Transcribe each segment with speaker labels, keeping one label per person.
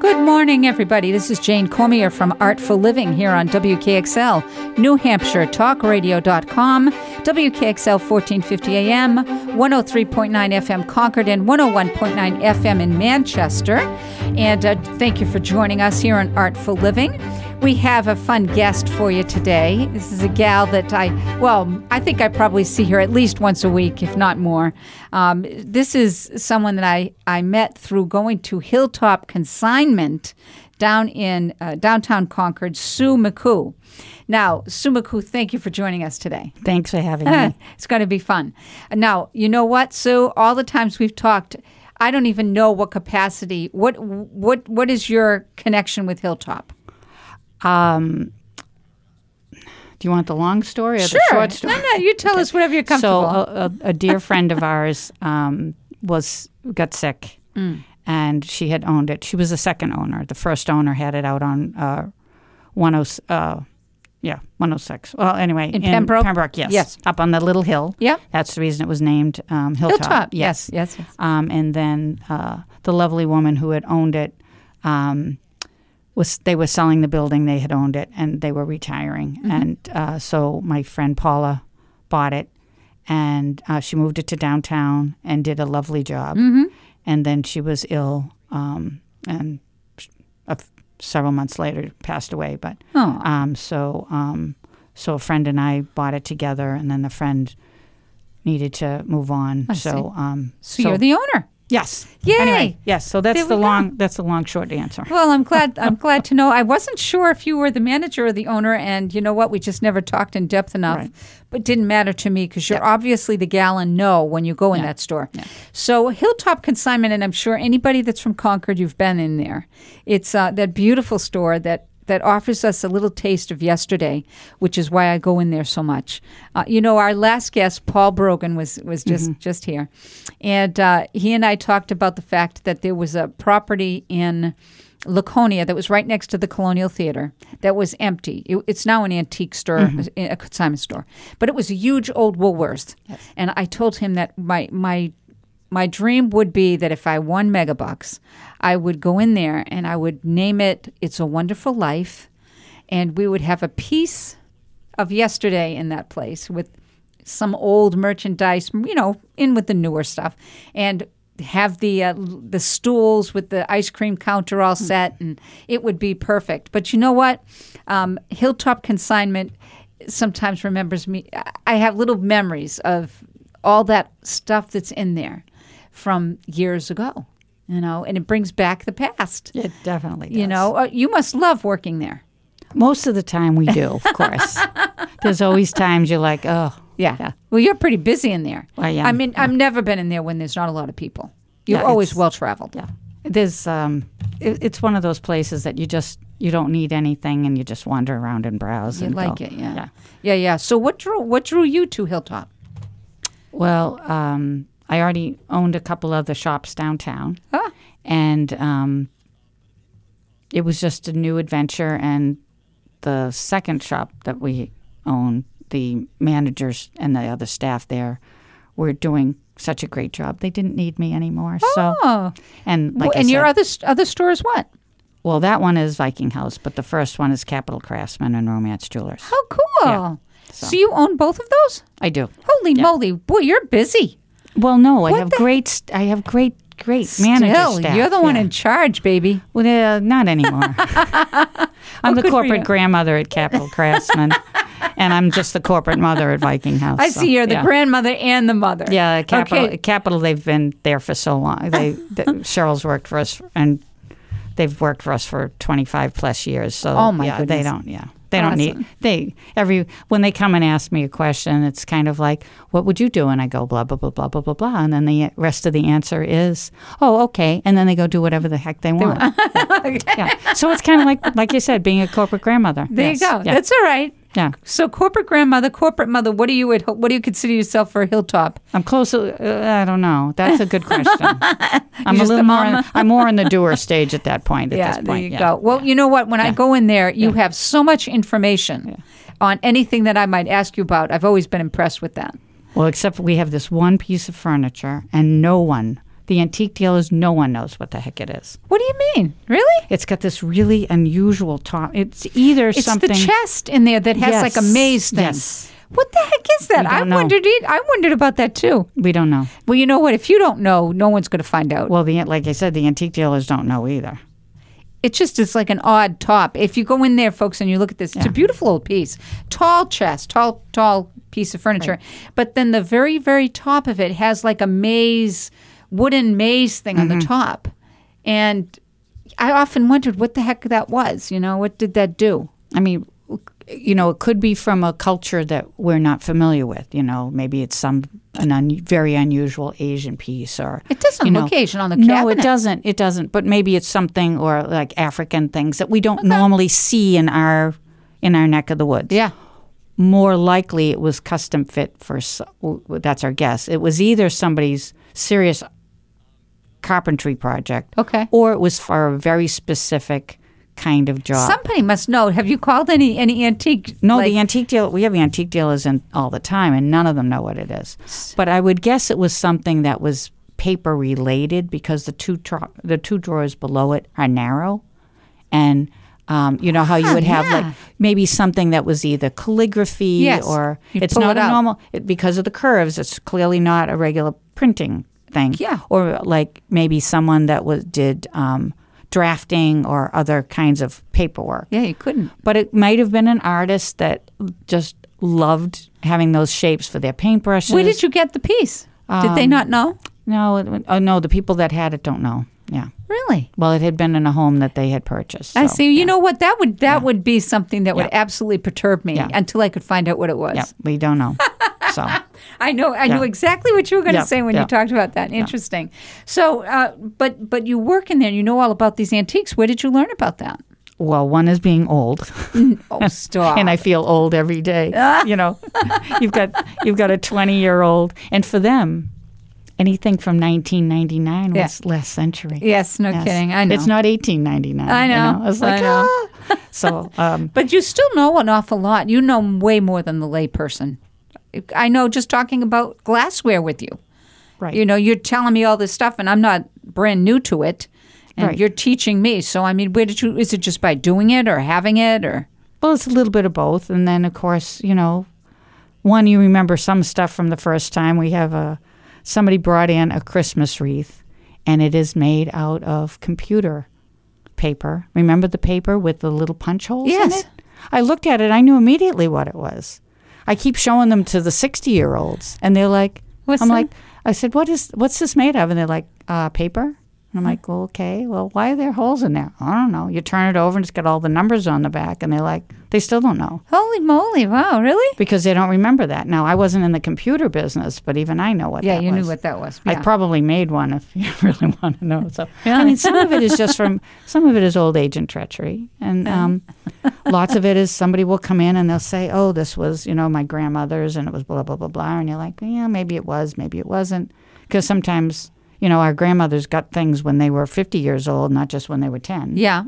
Speaker 1: Good morning, everybody. This is Jane Cormier from Artful Living here on WKXL, New Hampshire TalkRadio.com, WKXL 1450 AM, 103.9 FM Concord, and 101.9 FM in Manchester. And uh, thank you for joining us here on Artful Living. We have a fun guest for you today. This is a gal that I, well, I think I probably see her at least once a week, if not more. Um, this is someone that I, I met through going to Hilltop Consignment down in uh, downtown Concord, Sue McCoo. Now, Sue McCoo, thank you for joining us today.
Speaker 2: Thanks for having
Speaker 1: Ah,
Speaker 2: me.
Speaker 1: It's going to be fun. Now, you know what, Sue? All the times we've talked, I don't even know what capacity. What what what is your connection with Hilltop?
Speaker 2: Do you want the long story or the short story?
Speaker 1: No, no, you tell us whatever you're
Speaker 2: So
Speaker 1: comfortable.
Speaker 2: a, a, a dear friend of ours um, was got sick,
Speaker 1: Mm.
Speaker 2: and she had owned it. She was the second owner. The first owner had it out on uh, one oh, s- uh, yeah, one oh six. Well, anyway,
Speaker 1: In Pembroke?
Speaker 2: Pembroke, yes,
Speaker 1: Yes.
Speaker 2: up on the little hill.
Speaker 1: Yep.
Speaker 2: that's the reason it was named um, Hilltop.
Speaker 1: Hilltop. Yes, yes, yes.
Speaker 2: Um, and then uh, the lovely woman who had owned it um, was they were selling the building they had owned it and they were retiring
Speaker 1: Mm-hmm.
Speaker 2: and uh, so my friend Paula bought it and uh, she moved it to downtown and did a lovely job
Speaker 1: Mm-hmm.
Speaker 2: and then she was ill um, and sh- a f- several months later passed away but
Speaker 1: Oh.
Speaker 2: um, so um, so a friend and I bought it together and then the friend needed to move on
Speaker 1: I
Speaker 2: so um
Speaker 1: so, you're the owner.
Speaker 2: yes
Speaker 1: Yay!
Speaker 2: Anyway, yes so that's
Speaker 1: There
Speaker 2: the
Speaker 1: we go.
Speaker 2: long that's the long short answer
Speaker 1: Well, I'm glad. I'm glad to know. I wasn't sure if you were the manager or the owner, and you know what? We just never talked in depth enough,
Speaker 2: Right.
Speaker 1: but it didn't matter to me because you're obviously the gal and know when you go in
Speaker 2: Yeah.
Speaker 1: that store. So Hilltop Consignment, and I'm sure anybody that's from Concord, you've been in there. It's uh, that beautiful store that. That offers us a little taste of yesterday, which is why I go in there so much. Uh, you know, our last guest, Paul Brogan, was was just
Speaker 2: Mm-hmm.
Speaker 1: just here, and uh, he and I talked about the fact that there was a property in Laconia that was right next to the Colonial Theater that was empty. It, it's now an antique store, a consignment store, but it was a huge old Woolworths. And I told him that my my my dream would be that if I won megabucks, I would go in there and I would name it "It's a Wonderful Life," and we would have a piece of yesterday in that place with some old merchandise, you know, in with the newer stuff, and have the uh, l- the stools with the ice cream counter all set, and it would be perfect. But you know what? Um, Hilltop Consignment sometimes remembers me. I- I have little memories of all that stuff that's in there from years ago, you know, and it brings back the past.
Speaker 2: it definitely
Speaker 1: You know, uh, you must love working there.
Speaker 2: most of the time we do of course there's always times you're like oh
Speaker 1: Yeah. Well, you're pretty busy in there.
Speaker 2: I am,
Speaker 1: I mean, I've never been in there when there's not a lot of people. You're
Speaker 2: Yeah,
Speaker 1: always
Speaker 2: it's-
Speaker 1: well traveled.
Speaker 2: yeah there's um it, it's one of those places that you just you don't need anything and you just wander around and browse
Speaker 1: You
Speaker 2: and
Speaker 1: like
Speaker 2: go.
Speaker 1: it, yeah.
Speaker 2: yeah
Speaker 1: yeah, yeah, So what drew what drew you to Hilltop?
Speaker 2: Well, um, I already owned a couple other shops downtown,
Speaker 1: Ah.
Speaker 2: and um, it was just a new adventure. And the second shop that we own, the managers and the other staff there were doing such a great job. They didn't need me anymore. So,
Speaker 1: Oh,
Speaker 2: and like
Speaker 1: Well,
Speaker 2: I
Speaker 1: and your
Speaker 2: said-
Speaker 1: other st- other store is what?
Speaker 2: well, that one is Viking House, but the first one is Capital Craftsman and Romance Jewelers.
Speaker 1: Oh, cool.
Speaker 2: Yeah,
Speaker 1: so. you own both of those?
Speaker 2: I do.
Speaker 1: Holy moly, boy, you're busy.
Speaker 2: Well, no, I
Speaker 1: What
Speaker 2: have
Speaker 1: the-
Speaker 2: great. st- I have great, great manager
Speaker 1: Still,
Speaker 2: staff.
Speaker 1: you're the one
Speaker 2: yeah.
Speaker 1: in charge, baby.
Speaker 2: Well, uh, not anymore.
Speaker 1: good for
Speaker 2: I'm the
Speaker 1: you.
Speaker 2: corporate grandmother at Capital Craftsman, and I'm just the corporate mother at Viking House.
Speaker 1: I
Speaker 2: so,
Speaker 1: see you're the
Speaker 2: yeah.
Speaker 1: grandmother and the mother.
Speaker 2: Yeah, Capital.
Speaker 1: Okay.
Speaker 2: Capital. They've been there for so long. They th- Cheryl's worked for us, and they've worked for us for 25 plus years. So,
Speaker 1: Oh, my
Speaker 2: yeah, they
Speaker 1: goodness.
Speaker 2: don't. Yeah, they don't need.
Speaker 1: Awesome.
Speaker 2: They every when they come and ask me a question, it's kind of like, "What would you do?" And I go, "Blah blah blah blah blah blah blah," and then the rest of the answer is, "Oh, okay," and then they go do whatever the heck they want. yeah. So it's kind of like, like you said, being a corporate grandmother.
Speaker 1: There
Speaker 2: Yes.
Speaker 1: you go.
Speaker 2: Yeah.
Speaker 1: That's all right.
Speaker 2: yeah.
Speaker 1: So corporate grandmother, corporate mother, what do you at, what do you consider yourself for Hilltop?
Speaker 2: I'm close. Uh, I don't know. That's a good question. I'm a
Speaker 1: just the
Speaker 2: little more. In,
Speaker 1: mama?
Speaker 2: I'm more in the doer stage at that point. At
Speaker 1: yeah,
Speaker 2: this point,
Speaker 1: there you
Speaker 2: yeah.
Speaker 1: go. Well, you know what? When I go in there, you have so much information on anything that I might ask you about. I've always been impressed with that.
Speaker 2: Well, except we have this one piece of furniture, and no one. The antique dealers, no one knows what the heck it is.
Speaker 1: What do you mean? Really?
Speaker 2: It's got this really unusual top. It's either
Speaker 1: It's
Speaker 2: something.
Speaker 1: the chest in there that has like a
Speaker 2: Yes,
Speaker 1: maze thing.
Speaker 2: yes.
Speaker 1: What the heck is that?
Speaker 2: We
Speaker 1: I
Speaker 2: don't know.
Speaker 1: wondered. it- I wondered about that too.
Speaker 2: we don't know.
Speaker 1: Well, you know what? If you don't know, no one's going to find out.
Speaker 2: Well, the like I said, the antique dealers don't know either.
Speaker 1: It just is like an odd top. If you go in there, folks, and you look at this, it's a beautiful old piece. Tall chest, tall, tall piece of furniture. But then the very, very top of it has like a maze, wooden maze thing on the top. And I often wondered what the heck that was. You know, what did that do?
Speaker 2: I mean, you know, it could be from a culture that we're not familiar with. You know, maybe it's some an un, very unusual Asian piece, or
Speaker 1: It doesn't
Speaker 2: you know,
Speaker 1: look Asian on the
Speaker 2: no,
Speaker 1: cabinet.
Speaker 2: it doesn't. It doesn't. But maybe it's something or like African things that we don't normally see in our in our neck of the woods.
Speaker 1: Yeah.
Speaker 2: More likely, it was custom fit for. s- w- That's our guess. It was either somebody's serious carpentry project,
Speaker 1: Okay.
Speaker 2: or it was for a very specific kind of job.
Speaker 1: Somebody must know. Have you called any any antique?
Speaker 2: No,
Speaker 1: like-
Speaker 2: the antique deal. We have antique dealers in all the time, and none of them know what it is. But I would guess it was something that was paper related because the two tra- the two drawers below it are narrow, and um, you know how you
Speaker 1: Ah,
Speaker 2: would have
Speaker 1: yeah.
Speaker 2: like maybe something that was either calligraphy
Speaker 1: Yes.
Speaker 2: or
Speaker 1: You'd
Speaker 2: it's
Speaker 1: pull
Speaker 2: not
Speaker 1: it
Speaker 2: a
Speaker 1: out.
Speaker 2: normal it, because of the curves. It's clearly not a regular printing thing.
Speaker 1: Yeah.
Speaker 2: or like maybe someone that was did um, drafting or other kinds of paperwork
Speaker 1: yeah, you couldn't.
Speaker 2: but it might have been an artist that just loved having those shapes for their paintbrushes.
Speaker 1: Where did you get the piece? did they
Speaker 2: Um,
Speaker 1: not know?
Speaker 2: No, it, oh, no, the people that had it don't know. Yeah.
Speaker 1: Really?
Speaker 2: Well, it had been in a home that they had purchased.
Speaker 1: I
Speaker 2: so,
Speaker 1: see. You
Speaker 2: yeah.
Speaker 1: know what? That would that would be something that would absolutely perturb me
Speaker 2: Yeah.
Speaker 1: until I could find out what it was.
Speaker 2: Yeah, we don't know. So,
Speaker 1: I know. I knew
Speaker 2: Yeah.
Speaker 1: exactly what you were going to
Speaker 2: Yeah,
Speaker 1: say when
Speaker 2: yeah.
Speaker 1: you talked about that. Interesting. So, uh, but but you work in there. You know all about these antiques. Where did you learn about that?
Speaker 2: well, one is being old,
Speaker 1: Oh, stop.
Speaker 2: and I feel old every day.
Speaker 1: Ah.
Speaker 2: you know, you've got you've got a twenty-year-old, and for them, anything from nineteen ninety-nine
Speaker 1: Yeah.
Speaker 2: was last century.
Speaker 1: yes, no
Speaker 2: Yes.
Speaker 1: kidding. I know.
Speaker 2: It's not eighteen ninety-nine.
Speaker 1: I know.
Speaker 2: You know? I was like,
Speaker 1: I know.
Speaker 2: "Ah." so um,
Speaker 1: But you still know an awful lot. You know way more than the layperson. I know just talking about glassware with you.
Speaker 2: Right.
Speaker 1: You know, you're telling me all this stuff, and I'm not brand new to it, and
Speaker 2: Right.
Speaker 1: you're teaching me. So, I mean, where did you? Is it just by doing it or having it or?
Speaker 2: Well, it's a little bit of both. And then, of course, you know, one, you remember some stuff from the first time. We have a somebody brought in a Christmas wreath, and it is made out of computer paper. Remember the paper with the little punch holes in
Speaker 1: Yes.
Speaker 2: it? I looked at it, I knew immediately what it was. I keep showing them to the 60 year olds, and they're like,
Speaker 1: What's
Speaker 2: I'm
Speaker 1: that?
Speaker 2: like, I said, what is, what's this made of? And they're like, uh, paper. And I'm like, well, okay, well, why are there holes in there? I don't know. You turn it over and it's got all the numbers on the back. And they're like, they still don't know
Speaker 1: Holy moly! Wow, really?
Speaker 2: because they don't remember that. Now, I wasn't in the computer business, but even I know what
Speaker 1: Yeah,
Speaker 2: that
Speaker 1: you
Speaker 2: was.
Speaker 1: knew what that was.
Speaker 2: I
Speaker 1: Yeah.
Speaker 2: probably made one if you really want to know. So
Speaker 1: Yeah.
Speaker 2: I mean, some of it is just from some of it is old age and treachery, and um, lots of it is somebody will come in and they'll say, "Oh, this was you know my grandmother's, and it was blah blah blah blah," and you're like, "Yeah, maybe it was, maybe it wasn't," because sometimes you know our grandmothers got things when they were 50 years old, not just when they were 10,
Speaker 1: yeah,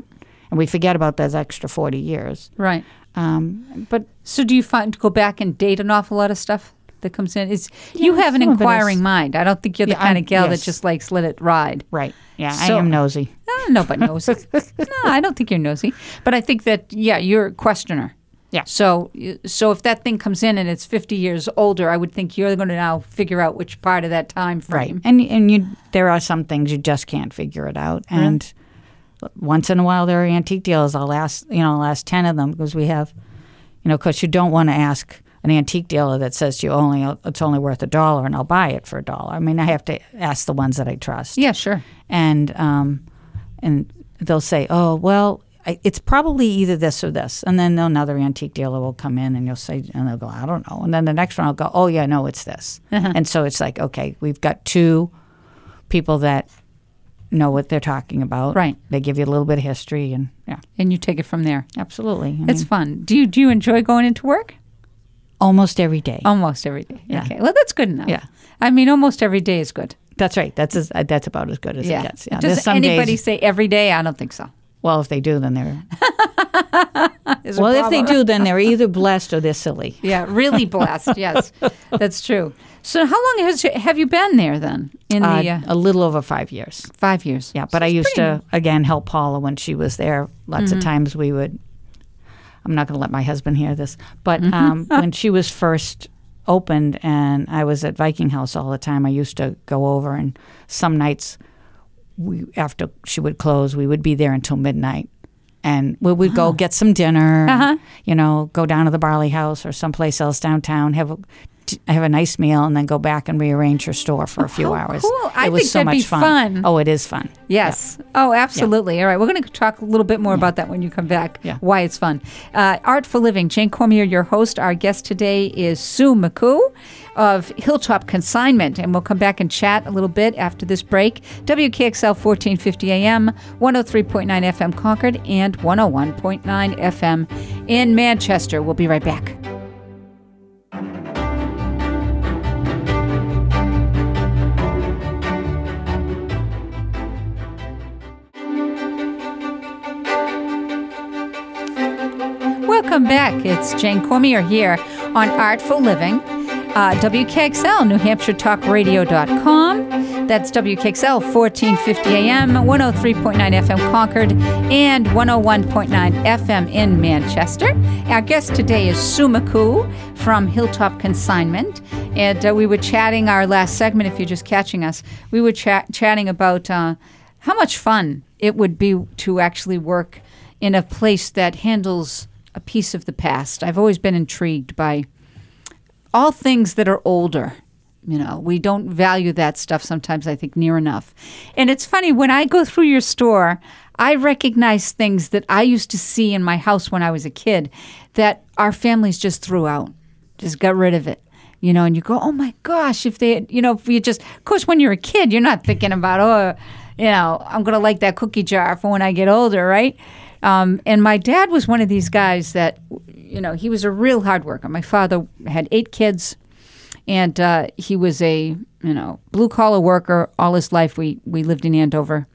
Speaker 2: and we forget about those extra 40 years.
Speaker 1: right.
Speaker 2: Um, but
Speaker 1: So, do you find go back and date an awful lot of stuff that comes in? Is you
Speaker 2: Yeah,
Speaker 1: have an
Speaker 2: some of it
Speaker 1: inquiring
Speaker 2: is.
Speaker 1: mind. I don't think you're the
Speaker 2: Yeah,
Speaker 1: kind
Speaker 2: I'm-
Speaker 1: of gal
Speaker 2: yes.
Speaker 1: that just likes let it ride.
Speaker 2: right, yeah,
Speaker 1: So-
Speaker 2: I am nosy.
Speaker 1: Eh, no, but nosy. no, I don't think you're nosy. But I think that yeah, you're a questioner.
Speaker 2: Yeah.
Speaker 1: So you- so if that thing comes in and it's 50 years older, I would think you're going to now figure out which part of that time
Speaker 2: Right.
Speaker 1: frame.
Speaker 2: And and you there are some things you just can't figure it out. And once in a while there are antique dealers. I'll ask you know, I'll ask ten of them because we have you know, because you don't want to ask an antique dealer that says to you only it's only worth a dollar and I'll buy it for a dollar. I mean I have to ask the ones that I trust.
Speaker 1: Yeah, sure.
Speaker 2: And um and they'll say, Oh, well, I- it's probably either this or this, and then another antique dealer will come in, and you'll say, and they'll go, I don't know, and then the next one will go, oh yeah, no, it's this,
Speaker 1: Uh-huh.
Speaker 2: and so it's like, okay, we've got two people that know what they're talking about.
Speaker 1: Right.
Speaker 2: They give you a little bit of history and yeah,
Speaker 1: And you take it from there.
Speaker 2: absolutely. I
Speaker 1: It's
Speaker 2: mean,
Speaker 1: fun. Do you do you enjoy going into work?
Speaker 2: almost every day.
Speaker 1: Almost every day.
Speaker 2: Yeah.
Speaker 1: Okay. Well, that's good enough.
Speaker 2: Yeah.
Speaker 1: I mean, almost every day is good.
Speaker 2: That's right. That's as, uh, that's about as good as it gets. Yeah.
Speaker 1: Does
Speaker 2: There's some
Speaker 1: anybody
Speaker 2: days.
Speaker 1: say every day? I don't think so.
Speaker 2: Well, if they do, then they're
Speaker 1: is a
Speaker 2: well, if they
Speaker 1: problem.
Speaker 2: do, then they're either blessed or they're silly.
Speaker 1: Yeah, really blessed. Yes, that's true. So, how long has you, have you been there then? In the
Speaker 2: Uh,
Speaker 1: uh,
Speaker 2: a little over five years.
Speaker 1: five years.
Speaker 2: Yeah, but I used to again help Paula when she was there. Lots
Speaker 1: Mm-hmm.
Speaker 2: of times we would. I'm not going to let my husband hear this, but
Speaker 1: Mm-hmm.
Speaker 2: um, when she was first opened and I was at Viking House all the time, I used to go over and some nights, we after she would close, we would be there until midnight, and we would go get some dinner.
Speaker 1: Uh-huh.
Speaker 2: You know, go down to the Barley House or someplace else downtown. Have a have a nice meal and then go back and rearrange her store for a few
Speaker 1: Oh, How
Speaker 2: hours.
Speaker 1: cool. I
Speaker 2: it was
Speaker 1: think
Speaker 2: so
Speaker 1: that'd
Speaker 2: much
Speaker 1: be fun.
Speaker 2: Oh, it is fun.
Speaker 1: Yes. Oh, absolutely. All right. We're going to talk a little bit more about that when you come back.
Speaker 2: Yeah.
Speaker 1: Why it's fun. Uh, Art for Living. Jane Cormier, your host. Our guest today is Sue McCoo of Hilltop Consignment, and we'll come back and chat a little bit after this break. WKXL 1450 AM, 103.9 FM Concord, and 101.9 FM in Manchester. We'll be right back. Welcome back. It's Jane Cormier here on Artful Living, uh, WKXL, New Hampshire Talk Radio.com. That's WKXL 1450 AM, 103.9 FM Concord, and 101.9 FM in Manchester. Our guest today is Sumaku from Hilltop Consignment. And uh, we were chatting our last segment, if you're just catching us, we were chat chatting about uh, how much fun it would be to actually work in a place that handles a piece of the past. I've always been intrigued by all things that are older. You know, we don't value that stuff sometimes, I think, near enough. And it's funny, when I go through your store, I recognize things that I used to see in my house when I was a kid that our families just threw out, just got rid of it. You know, and you go, oh my gosh, if they, had-" you know, if you just, of course, when you're a kid, you're not thinking about, oh, you know, I'm going to like that cookie jar for when I get older, right? Um, and my dad was one of these guys that, you know, he was a real hard worker. My father had eight kids, and uh, he was a you know blue collar worker all his life. We we lived in Andover,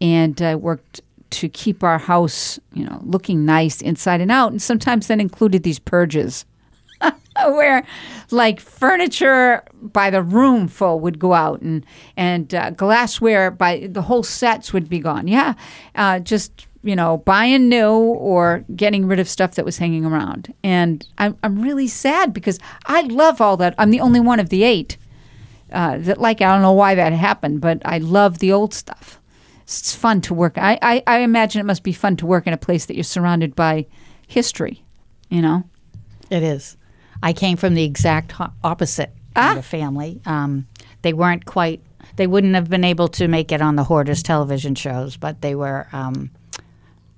Speaker 1: and uh, worked to keep our house you know looking nice inside and out, and sometimes that included these purges where like furniture by the room full would go out and and uh, glassware by the whole sets would be gone yeah uh, just you know buying new or getting rid of stuff that was hanging around and I'm, I'm really sad because i love all that i'm the only one of the eight uh, that like i don't know why that happened but i love the old stuff it's fun to work I, I, I imagine it must be fun to work in a place that you're surrounded by history you know
Speaker 2: It is. I came from the exact ho- opposite kind of family. Um, they weren't quite. They wouldn't have been able to make it on the hoarders television shows, but they were um,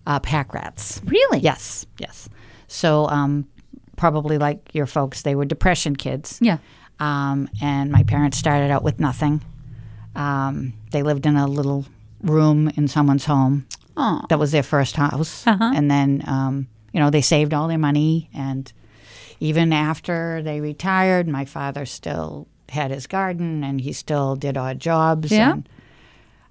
Speaker 2: uh, pack rats.
Speaker 1: really
Speaker 2: Yes, yes. So um, probably like your folks, they were depression kids.
Speaker 1: yeah
Speaker 2: Um, and my parents started out with nothing. Um, they lived in a little room in someone's home.
Speaker 1: Aw.
Speaker 2: That was their first house.
Speaker 1: Uh-huh.
Speaker 2: And then, um, you know, they saved all their money. And even after they retired, my father still had his garden and he still did odd jobs.
Speaker 1: Yeah.
Speaker 2: And,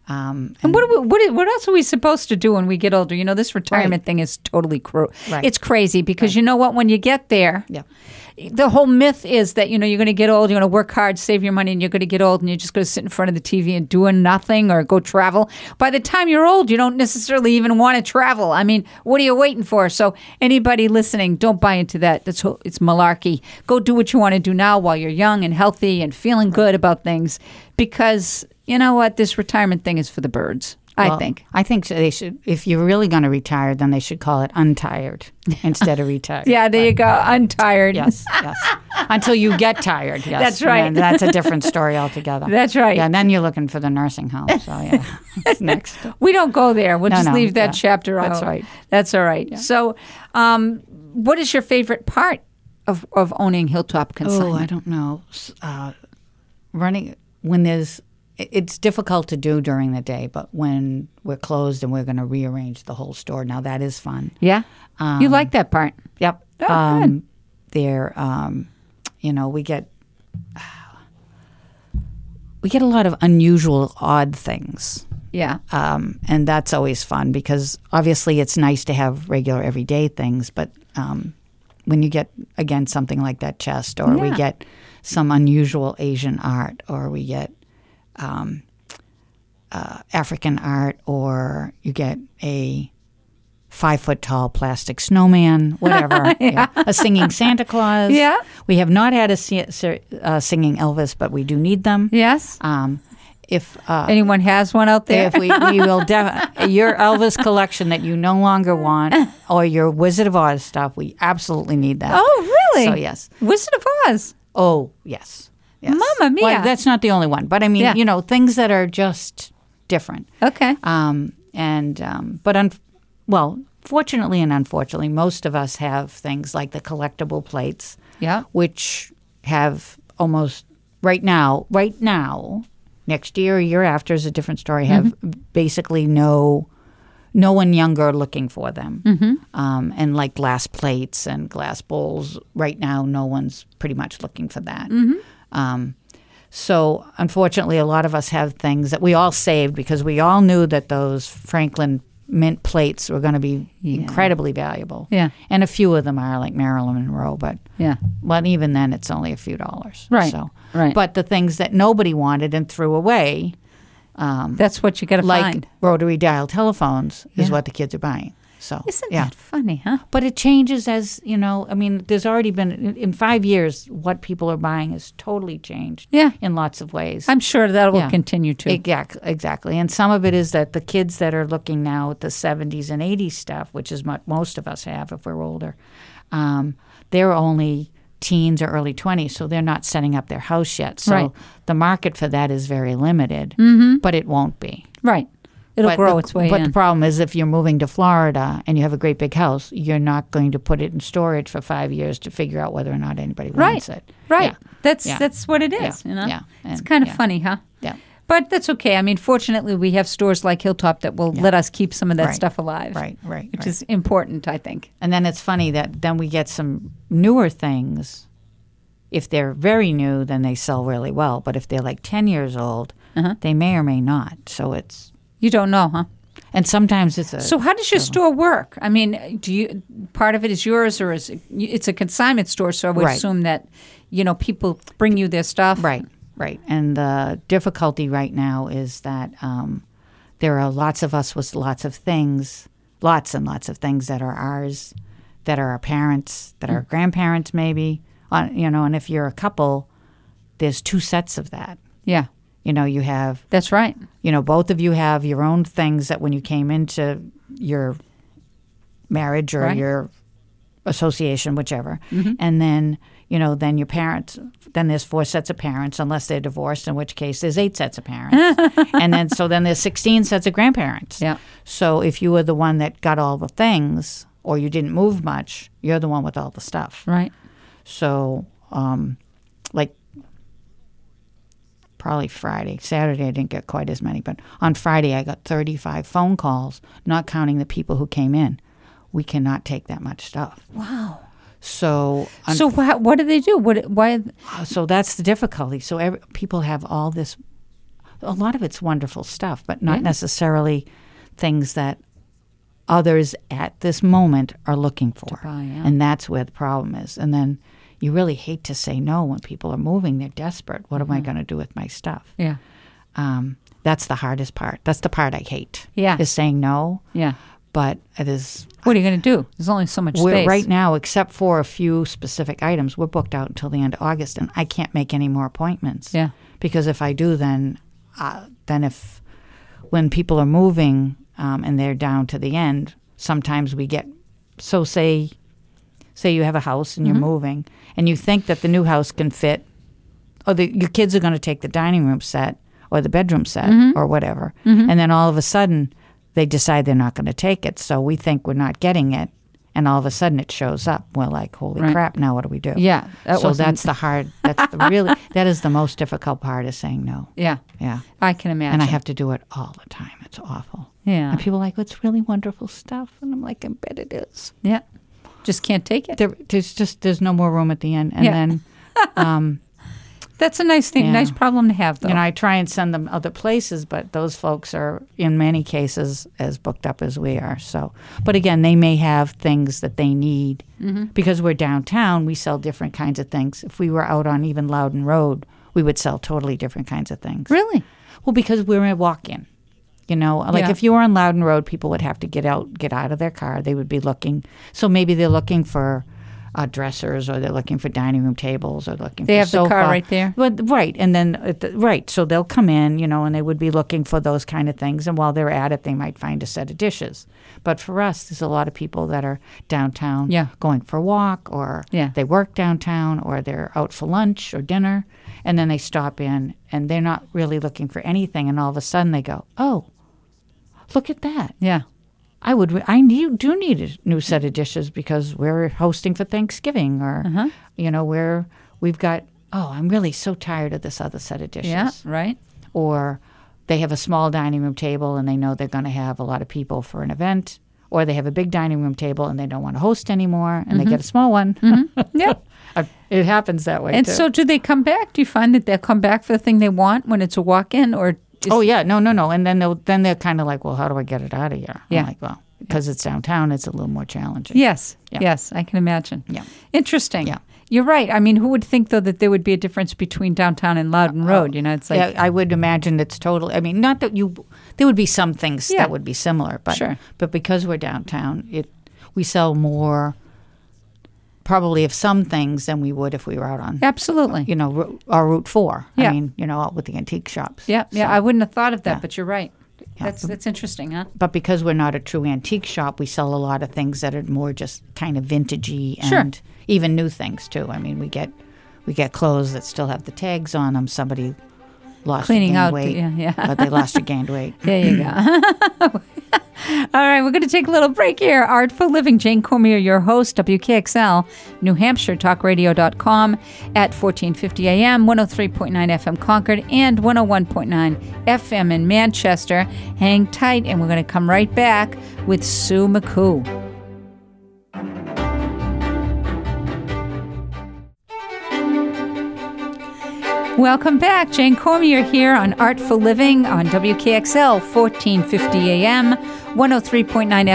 Speaker 2: um,
Speaker 1: And what, are we, what, are- what else are we supposed to do when we get older? You know, this retirement thing is totally cruel.
Speaker 2: Right.
Speaker 1: It's crazy because you know what? When you get there,
Speaker 2: yeah.
Speaker 1: the whole myth is that, you know, you're going to get old, you're going to work hard, save your money, and you're going to get old and you're just going to sit in front of the TV and do nothing or go travel. By the time you're old, you don't necessarily even want to travel. I mean, what are you waiting for? So, anybody listening, don't buy into that. That's ho- It's malarkey. Go do what you want to do now while you're young and healthy and feeling good about things because, you know what? This retirement thing is for the birds. I
Speaker 2: Well,
Speaker 1: think.
Speaker 2: I think so. they should. If you're really going to retire, then they should call it untired instead of retired.
Speaker 1: Yeah, there you go. I'm tired.
Speaker 2: Yes, yes. Until you get tired. Yes,
Speaker 1: That's right.
Speaker 2: And that's a different story altogether.
Speaker 1: That's right.
Speaker 2: Yeah, and then you're looking for the nursing home. So yeah, it's next.
Speaker 1: We don't go there. We'll
Speaker 2: No,
Speaker 1: just
Speaker 2: no,
Speaker 1: leave that
Speaker 2: yeah.
Speaker 1: chapter
Speaker 2: That's
Speaker 1: out.
Speaker 2: right.
Speaker 1: That's all right. So, um, what is your favorite part of, of owning Hilltop
Speaker 2: Oh, I
Speaker 1: Consignment?
Speaker 2: don't know. S- Uh, running when there's, i- it's difficult to do during the day, but when we're closed and we're going to rearrange the whole store, now that is fun.
Speaker 1: yeah. you like that part.
Speaker 2: Um, Yep.
Speaker 1: Oh,
Speaker 2: um, There, um, you know, we get we get a lot of unusual, odd things.
Speaker 1: Yeah.
Speaker 2: Um, and that's always fun because obviously it's nice to have regular everyday things, but um, when you get, again, something like that chest, or we
Speaker 1: Yeah.
Speaker 2: get some unusual Asian art, or we get um, uh, African art, or you get a five foot tall plastic snowman, whatever, yeah. a singing Santa Claus.
Speaker 1: Yeah.
Speaker 2: We have not had a si- si- uh, singing Elvis, but we do need them.
Speaker 1: Yes.
Speaker 2: Um, if uh,
Speaker 1: Anyone has one out there?
Speaker 2: if we, we will def- your Elvis collection that you no longer want, or your Wizard of Oz stuff, we absolutely need that.
Speaker 1: Oh, really?
Speaker 2: So yes.
Speaker 1: Wizard of Oz.
Speaker 2: Oh yes. yes.
Speaker 1: Mamma mia.
Speaker 2: Well, that's not the only one, but I mean,
Speaker 1: Yeah.
Speaker 2: you know, things that are just different.
Speaker 1: Okay.
Speaker 2: Um, and um, but un- well, fortunately and unfortunately, most of us have things like the collectible plates,
Speaker 1: Yeah.
Speaker 2: which have almost right now, right now, next year, year after is a different story. Have basically no. No one younger looking for them, um, and like glass plates and glass bowls. Right now, no one's pretty much looking for that. Um, so, unfortunately, a lot of us have things that we all saved because we all knew that those Franklin mint plates were going to be incredibly valuable.
Speaker 1: Yeah.
Speaker 2: And a few of them are like Marilyn Monroe, but
Speaker 1: Yeah.
Speaker 2: well, even then, it's only a few dollars.
Speaker 1: Right,
Speaker 2: So,
Speaker 1: right.
Speaker 2: But the things that nobody wanted and threw away, um,
Speaker 1: That's what you got to
Speaker 2: like
Speaker 1: find.
Speaker 2: rotary dial telephones, is
Speaker 1: Yeah.
Speaker 2: what the kids are buying. So,
Speaker 1: Isn't
Speaker 2: yeah.
Speaker 1: that funny, huh?
Speaker 2: But it changes as you know. I mean, there's already been in- in five years what people are buying has totally changed.
Speaker 1: Yeah.
Speaker 2: in lots of ways.
Speaker 1: I'm sure that will
Speaker 2: Yeah.
Speaker 1: continue to.
Speaker 2: Exactly, exactly. And some of it is that the kids that are looking now at the 70s and 80s stuff, which is what most of us have if we're older, um, they're only teens or early 20s, so they're not setting up their house yet. So
Speaker 1: Right.
Speaker 2: the market for that is very limited, but it won't be.
Speaker 1: right. It'll
Speaker 2: But
Speaker 1: grow
Speaker 2: the-
Speaker 1: its way
Speaker 2: But
Speaker 1: in.
Speaker 2: the problem is, if you're moving to Florida and you have a great big house, you're not going to put it in storage for five years to figure out whether or not anybody wants it.
Speaker 1: right.
Speaker 2: Yeah.
Speaker 1: That's
Speaker 2: Yeah.
Speaker 1: that's what it
Speaker 2: Yeah.
Speaker 1: is, you know.
Speaker 2: Yeah.
Speaker 1: It's
Speaker 2: And-
Speaker 1: kind of
Speaker 2: yeah.
Speaker 1: funny, huh?
Speaker 2: Yeah.
Speaker 1: But that's okay. I mean, fortunately, we have stores like Hilltop that will let us keep some of that
Speaker 2: Right.
Speaker 1: stuff alive.
Speaker 2: Right. Right.
Speaker 1: Which
Speaker 2: right.
Speaker 1: is important, I think.
Speaker 2: And then it's funny that then we get some newer things. If they're very new, then they sell really well. But if they're like 10 years old, they may or may not. So it's,
Speaker 1: You don't know, huh?
Speaker 2: and sometimes it's a,
Speaker 1: So how does your store work? I mean, do you part of it is yours or is it, it's a consignment store? So I would
Speaker 2: Right.
Speaker 1: assume that you know people bring you their stuff.
Speaker 2: right, right. And the difficulty right now is that um, there are lots of us with lots of things, lots and lots of things that are ours, that are our parents, that are our grandparents, maybe. Uh, you know, and if you're a couple, there's two sets of that.
Speaker 1: Yeah,
Speaker 2: You know, you have
Speaker 1: that's right.
Speaker 2: you know, both of you have your own things that when you came into your marriage or
Speaker 1: Right. Mm-hmm.
Speaker 2: your association, whichever, and then you know, then your parents. Then there's four sets of parents, unless they're divorced, in which case there's eight sets of parents, and then so then there's sixteen sets of grandparents.
Speaker 1: Yeah.
Speaker 2: So if you were the one that got all the things, or you didn't move much, you're the one with all the stuff.
Speaker 1: Right.
Speaker 2: So, um, like, probably Friday, Saturday, I didn't get quite as many, but on Friday, I got 35 phone calls, not counting the people who came in. We cannot take that much stuff.
Speaker 1: Wow.
Speaker 2: So, un-
Speaker 1: so wha- what do they do? What? Why?
Speaker 2: Uh, so that's the difficulty. So, every, people have all this, a lot of it's wonderful stuff, but not
Speaker 1: Yeah.
Speaker 2: necessarily things that others at this moment are looking for.
Speaker 1: buy, yeah.
Speaker 2: And that's where the problem is. And then you really hate to say no when people are moving. They're desperate. What am I
Speaker 1: Mm-hmm.
Speaker 2: going to do with my stuff?
Speaker 1: Yeah.
Speaker 2: Um, that's the hardest part. That's the part I hate.
Speaker 1: Yeah.
Speaker 2: Is saying no.
Speaker 1: Yeah.
Speaker 2: But it is,
Speaker 1: What are you going to do? There's only so much
Speaker 2: we're
Speaker 1: space.
Speaker 2: right now, except for a few specific items, we're booked out until the end of August, and I can't make any more appointments.
Speaker 1: Yeah.
Speaker 2: Because if I do, then, uh, then if when people are moving um, and they're down to the end, sometimes we get so say say you have a house and you're moving and you think that the new house can fit or the, your kids are going to take the dining room set or the bedroom set or whatever and then all of a sudden they decide they're not going to take it so we think we're not getting it and all of a sudden it shows up we're like holy
Speaker 1: Right.
Speaker 2: crap now what do we do
Speaker 1: Yeah. That
Speaker 2: so
Speaker 1: wasn't-
Speaker 2: that's the hard that's the really that is the most difficult part is saying no
Speaker 1: Yeah.
Speaker 2: yeah
Speaker 1: I can imagine.
Speaker 2: and i have to do it all the time it's awful
Speaker 1: Yeah.
Speaker 2: and people are like it's really wonderful stuff and i'm like i bet it is
Speaker 1: Yeah. Just can't take it.
Speaker 2: there, there's just there's no more room at the end, and
Speaker 1: Yeah.
Speaker 2: then um,
Speaker 1: That's a nice thing,
Speaker 2: Yeah.
Speaker 1: nice problem to have, though.
Speaker 2: You know, I try and send them other places, but those folks are in many cases as booked up as we are. So, but again, they may have things that they need
Speaker 1: Mm-hmm.
Speaker 2: because we're downtown. We sell different kinds of things. If we were out on even Loudon Road, we would sell totally different kinds of things.
Speaker 1: really?
Speaker 2: Well, because we're a walk-in. You know, like
Speaker 1: Yeah.
Speaker 2: if you were on Loudon Road, people would have to get out, get out of their car. They would be looking. So maybe they're looking for uh, dressers, or they're looking for dining room tables, or looking.
Speaker 1: They
Speaker 2: for
Speaker 1: have the car
Speaker 2: sofa.
Speaker 1: right there.
Speaker 2: But right, and then at the, right, so they'll come in, you know, and they would be looking for those kind of things. And while they're at it, they might find a set of dishes. But for us, there's a lot of people that are downtown,
Speaker 1: Yeah.
Speaker 2: going for a walk, or
Speaker 1: Yeah.
Speaker 2: they work downtown, or they're out for lunch or dinner, and then they stop in, and they're not really looking for anything. And all of a sudden, they go, "Oh, look at that!
Speaker 1: Yeah.
Speaker 2: I would. Re- I need, do need a new set of dishes because we're hosting for Thanksgiving, or
Speaker 1: Uh-huh.
Speaker 2: you know, we're we've got. Oh, I'm really so tired of this other set of dishes.
Speaker 1: Yeah. Right.
Speaker 2: Or they have a small dining room table and they know they're going to have a lot of people for an event, or they have a big dining room table and they don't want to host anymore, and
Speaker 1: Mm-hmm.
Speaker 2: they get a small one.
Speaker 1: Yeah.
Speaker 2: I- it happens that way.
Speaker 1: and
Speaker 2: too.
Speaker 1: so, do they come back? Do you find that they'll come back for the thing they want when it's a walk-in, or is,
Speaker 2: oh yeah, no, no, no, and then they'll then they're kind of like, well, how do I get it out of here?
Speaker 1: Yeah.
Speaker 2: I'm like, well, because it's downtown, it's a little more challenging.
Speaker 1: Yes.
Speaker 2: Yeah.
Speaker 1: Yes, I can imagine.
Speaker 2: Yeah.
Speaker 1: Interesting.
Speaker 2: Yeah.
Speaker 1: You're right. I mean, who would think though that there would be a difference between downtown and Loudon Road? You know, it's like
Speaker 2: yeah, I would imagine it's total. I mean, not that you. There would be some things
Speaker 1: Yeah.
Speaker 2: that would be similar, but
Speaker 1: Sure.
Speaker 2: but because we're downtown, it we sell more probably of some things than we would if we were out on
Speaker 1: absolutely.
Speaker 2: you know Ru- our Route Four.
Speaker 1: Yeah.
Speaker 2: I mean, you know, out with the antique shops.
Speaker 1: Yeah. Yeah. I wouldn't have thought of that,
Speaker 2: Yeah.
Speaker 1: but you're right.
Speaker 2: Yeah.
Speaker 1: That's that's interesting, huh?
Speaker 2: But because we're not a true antique shop, we sell a lot of things that are more just kind of vintagey
Speaker 1: Sure.
Speaker 2: and even new things too. I mean, we get we get clothes that still have the tags on them. Somebody lost or
Speaker 1: Cleaning
Speaker 2: gained
Speaker 1: out the-
Speaker 2: weight,
Speaker 1: yeah, yeah.
Speaker 2: but they lost or gained weight.
Speaker 1: There you go. All right, we're going to take a little break here. Artful Living, Jane Cormier, your host, WKXL, New Hampshire, talkradio.com at 1450 AM, 103.9 FM Concord, and 101.9 FM in Manchester. Hang tight, and we're going to come right back with Sue McCoo. Welcome back. Jane Cormier here on Artful Living on WKXL 1450 AM, 103.9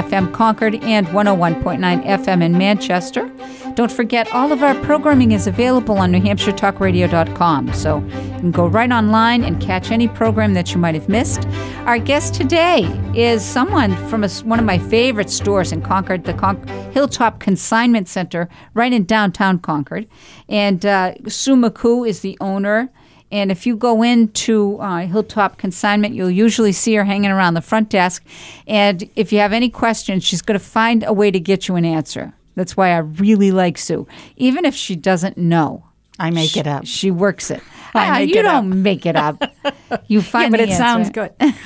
Speaker 1: FM Concord, and 101.9 FM in Manchester. Don't forget, all of our programming is available on NewHampshireTalkRadio.com, so you can go right online and catch any program that you might have missed. Our guest today is someone from a s one of my favorite stores in Concord, the Con- Hilltop Consignment Center, right in downtown Concord. And uh, Sue McCoo is the owner. And if you go into uh, Hilltop Consignment, you'll usually see her hanging around the front desk. And if you have any questions, she's going to find a way to get you an answer. That's why I really like Sue, even if she doesn't know.
Speaker 2: I make it up.
Speaker 1: She works it.
Speaker 2: I
Speaker 1: Ah,
Speaker 2: make
Speaker 1: you
Speaker 2: it up.
Speaker 1: don't make it up. You find
Speaker 2: yeah, but
Speaker 1: the
Speaker 2: it sounds
Speaker 1: answer.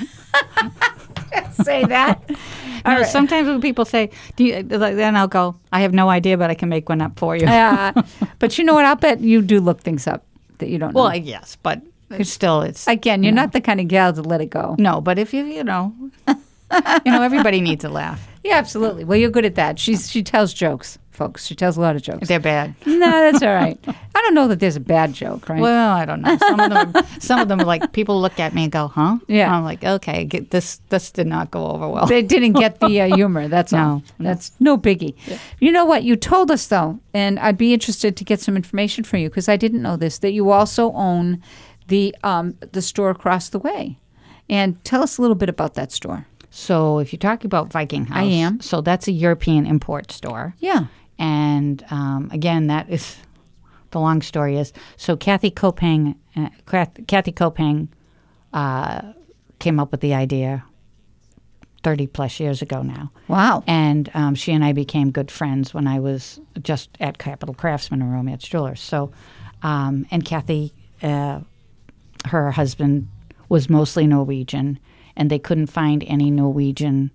Speaker 2: good.
Speaker 1: Say that.
Speaker 2: No, Sometimes when people say, "Do you?" like, Then I'll go, "I have no idea, but I can make one up for you."
Speaker 1: Uh, but you know what? I'll bet you do look things up that you don't know.
Speaker 2: well, I- yes, but it's still, it's
Speaker 1: Again, you're not the kind of gal to let it go.
Speaker 2: no. But if you, you know, you know, everybody needs a laugh.
Speaker 1: Yeah, absolutely. Well, you're good at that. She's she tells jokes, folks. She tells a lot of jokes.
Speaker 2: If they're bad.
Speaker 1: no, that's all right. I don't know that there's a bad joke, right?
Speaker 2: Well, I don't know. Some of them, some of them, are like people look at me and go, "Huh?"
Speaker 1: Yeah.
Speaker 2: I'm like, "Okay, get this. This did not go over well."
Speaker 1: they didn't get the uh, humor. That's all.
Speaker 2: No,
Speaker 1: That's no biggie. You know what? You told us though, and I'd be interested to get some information from you because I didn't know this that you also own the um, the store across the way. And tell us a little bit about that store.
Speaker 2: So if you're talking about Viking House,
Speaker 1: I am.
Speaker 2: So that's a European import store.
Speaker 1: Yeah.
Speaker 2: And um, again, that is the long story is so Kathy Copang, uh, Kath- Kathy Copang uh, came up with the idea 30 plus years ago now.
Speaker 1: Wow.
Speaker 2: And um, she and I became good friends when I was just at Capital Craftsman in Romance Jewelers. So, um, and Kathy, uh, her husband was mostly Norwegian, and they couldn't find any Norwegian,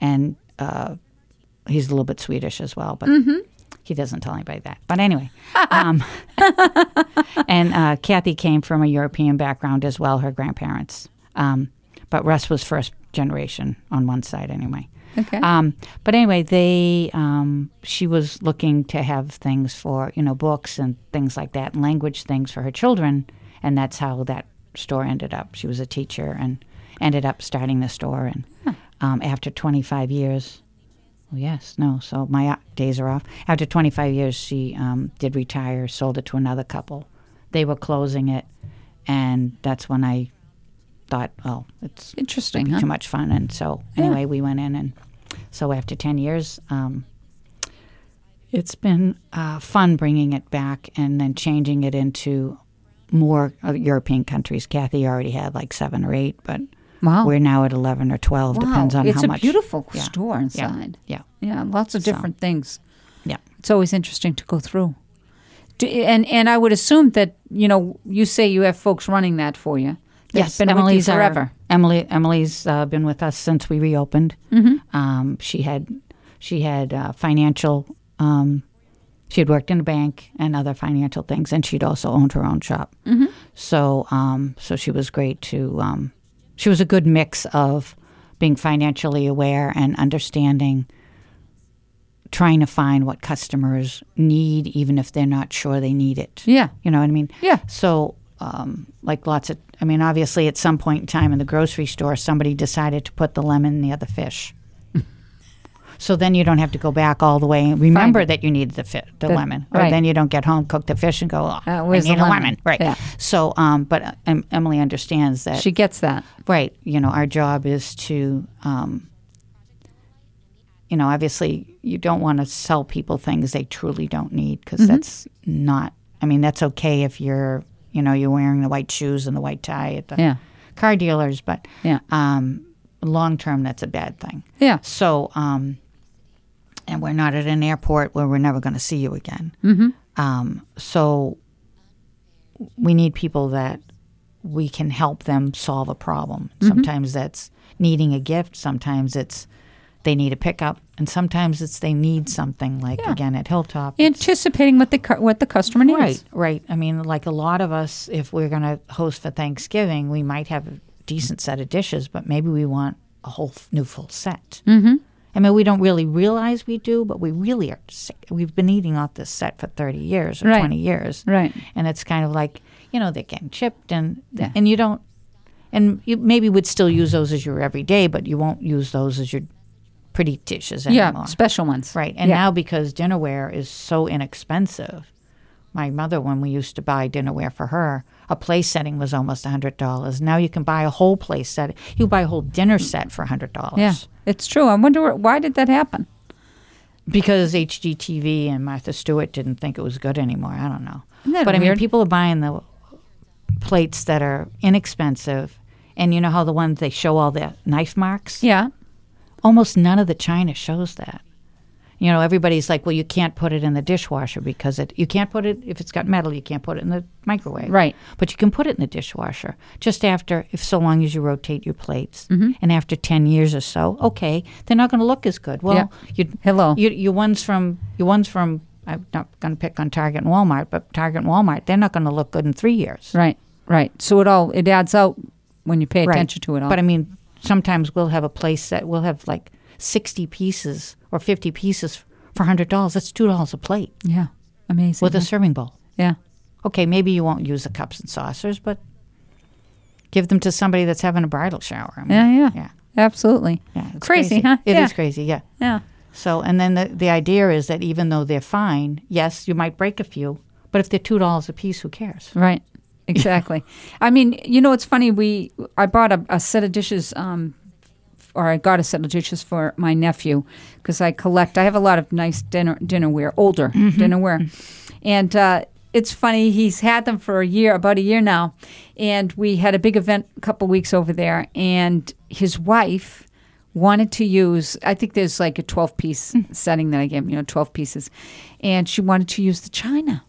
Speaker 2: and uh, he's a little bit Swedish as well, but he doesn't tell anybody that. But anyway, um, and uh, Kathy came from a European background as well, her grandparents. Um, but Russ was first generation on one side anyway.
Speaker 1: Okay.
Speaker 2: Um, but anyway, they um, she was looking to have things for you know books and things like that, and language things for her children, and that's how that store ended up. She was a teacher and ended up starting the store, and um, after 25 years, well, yes, no, so my uh, days are off. After 25 years, she um, did retire, sold it to another couple. They were closing it, and that's when I thought, well, it's
Speaker 1: Interesting,
Speaker 2: too
Speaker 1: huh?
Speaker 2: much fun. And so,
Speaker 1: Yeah.
Speaker 2: anyway, we went in, and so after 10 years, um, it's been uh, fun bringing it back and then changing it into more uh, European countries. Kathy already had like seven or eight, but
Speaker 1: Wow.
Speaker 2: we're now at 11 or 12,
Speaker 1: Oh. wow.
Speaker 2: depends on
Speaker 1: it's
Speaker 2: how
Speaker 1: a
Speaker 2: much.
Speaker 1: beautiful
Speaker 2: yeah,
Speaker 1: store inside.
Speaker 2: yeah.
Speaker 1: Yeah, lots of
Speaker 2: So-
Speaker 1: different things.
Speaker 2: Yeah.
Speaker 1: It's always interesting to go through. Do, and and I would assume that, you know, you say you have folks running that for you. that's
Speaker 2: Yes,
Speaker 1: been with you
Speaker 2: Emily's our-
Speaker 1: forever.
Speaker 2: Emily Emily's uh, been with us since we reopened. Mm-hmm. Um, she had she had uh, financial. Um, she had worked in a bank and other financial things, and she'd also owned her own shop. Mm-hmm. So um, so she was great to. Um, she was a good mix of being financially aware and understanding. Trying to find what customers need, even if they're not sure they need it.
Speaker 1: Yeah.
Speaker 2: You know what I mean?
Speaker 1: Yeah.
Speaker 2: So, um, like lots of, I mean, obviously, at some point in time in the grocery store, somebody decided to put the lemon in the other fish. so then you don't have to go back all the way and remember
Speaker 1: it.
Speaker 2: that you need the fi- the
Speaker 1: That-
Speaker 2: lemon, or
Speaker 1: right.
Speaker 2: then you don't get home, cook the fish, and go, oh,
Speaker 1: Uh,
Speaker 2: I
Speaker 1: where's
Speaker 2: need
Speaker 1: the
Speaker 2: a
Speaker 1: lemon?"
Speaker 2: lemon, right?
Speaker 1: Yeah.
Speaker 2: So, um, but uh, em- Emily understands that,
Speaker 1: She gets that.
Speaker 2: right? You know, our job is to. Um, you know, obviously, you don't want to sell people things they truly don't need because that's not. I mean, that's okay if you're, you know, you're wearing the white shoes and the white tie at the
Speaker 1: Yeah.
Speaker 2: car dealers, but
Speaker 1: Yeah.
Speaker 2: um, long term, that's a bad thing.
Speaker 1: Yeah.
Speaker 2: So, um, and we're not at an airport where we're never going to see you again. Mm-hmm. Um, so, we need people that we can help them solve a problem. Sometimes that's needing a gift. Sometimes it's they need a pickup, and sometimes it's they need something like
Speaker 1: Yeah.
Speaker 2: again at Hilltop.
Speaker 1: Anticipating what the cu- what the customer needs.
Speaker 2: Right, right. I mean, like a lot of us, if we're going to host for Thanksgiving, we might have a decent set of dishes, but maybe we want a whole f- new full set. Mm-hmm. I mean, we don't really realize we do, but we really are sick. We've been eating off this set for 30 years or
Speaker 1: Right.
Speaker 2: 20 years.
Speaker 1: Right.
Speaker 2: And it's kind of like, you know, they're getting chipped and,
Speaker 1: Yeah.
Speaker 2: and you don't, and you maybe would still use those as your everyday, but you won't use those as your pretty dishes
Speaker 1: Yeah.
Speaker 2: anymore.
Speaker 1: Special ones.
Speaker 2: Right. And
Speaker 1: Yeah.
Speaker 2: now because dinnerware is so inexpensive, my mother, when we used to buy dinnerware for her, a place setting was almost $100. Now you can buy a whole place set. You buy a whole dinner set for $100.
Speaker 1: Yeah. It's true. I wonder where, why did that happen.
Speaker 2: Because HGTV and Martha Stewart didn't think it was good anymore. I don't know.
Speaker 1: Isn't that
Speaker 2: but I mean,
Speaker 1: weird?
Speaker 2: people are buying the plates that are inexpensive. And you know how the ones they show all the knife marks?
Speaker 1: Yeah.
Speaker 2: almost none of the china shows that. You know, everybody's like, well, you can't put it in the dishwasher because it you can't put it if it's got metal, you can't put it in the microwave.
Speaker 1: Right.
Speaker 2: But you can put it in the dishwasher just after if so long as you rotate your plates. And after 10 years or so, okay, they're not going to look as good. Well, you
Speaker 1: Hello.
Speaker 2: you your ones from your ones from I'm not going to pick on Target and Walmart, but Target and Walmart, they're not going to look good in 3 years.
Speaker 1: Right. Right. So it all it adds out when you pay
Speaker 2: Right.
Speaker 1: attention to it all.
Speaker 2: But I mean, sometimes we'll have a place that we'll have like 60 pieces or 50 pieces for $100. That's $2 a plate
Speaker 1: yeah. Amazing.
Speaker 2: with a serving bowl.
Speaker 1: yeah.
Speaker 2: Okay, maybe you won't use the cups and saucers, but give them to somebody that's having a bridal shower. I mean,
Speaker 1: Yeah, yeah.
Speaker 2: Yeah.
Speaker 1: Absolutely.
Speaker 2: yeah, it's
Speaker 1: Crazy, huh?
Speaker 2: It is
Speaker 1: Yeah.
Speaker 2: crazy, yeah.
Speaker 1: Yeah.
Speaker 2: So, and then the, the idea is that even though they're fine, yes, you might break a few, but if they're $2 a piece, who cares?
Speaker 1: Right. Exactly. I mean, you know, it's funny. We I bought a, a set of dishes, um, or I got a set of dishes for my nephew because I collect. I have a lot of nice dinner dinnerware, older dinnerware, and uh, it's funny. He's had them for a year, about a year now, and we had a big event a couple weeks over there, and his wife wanted to use i think there's like a 12 piece setting that i gave him you know 12 pieces and she wanted to use the china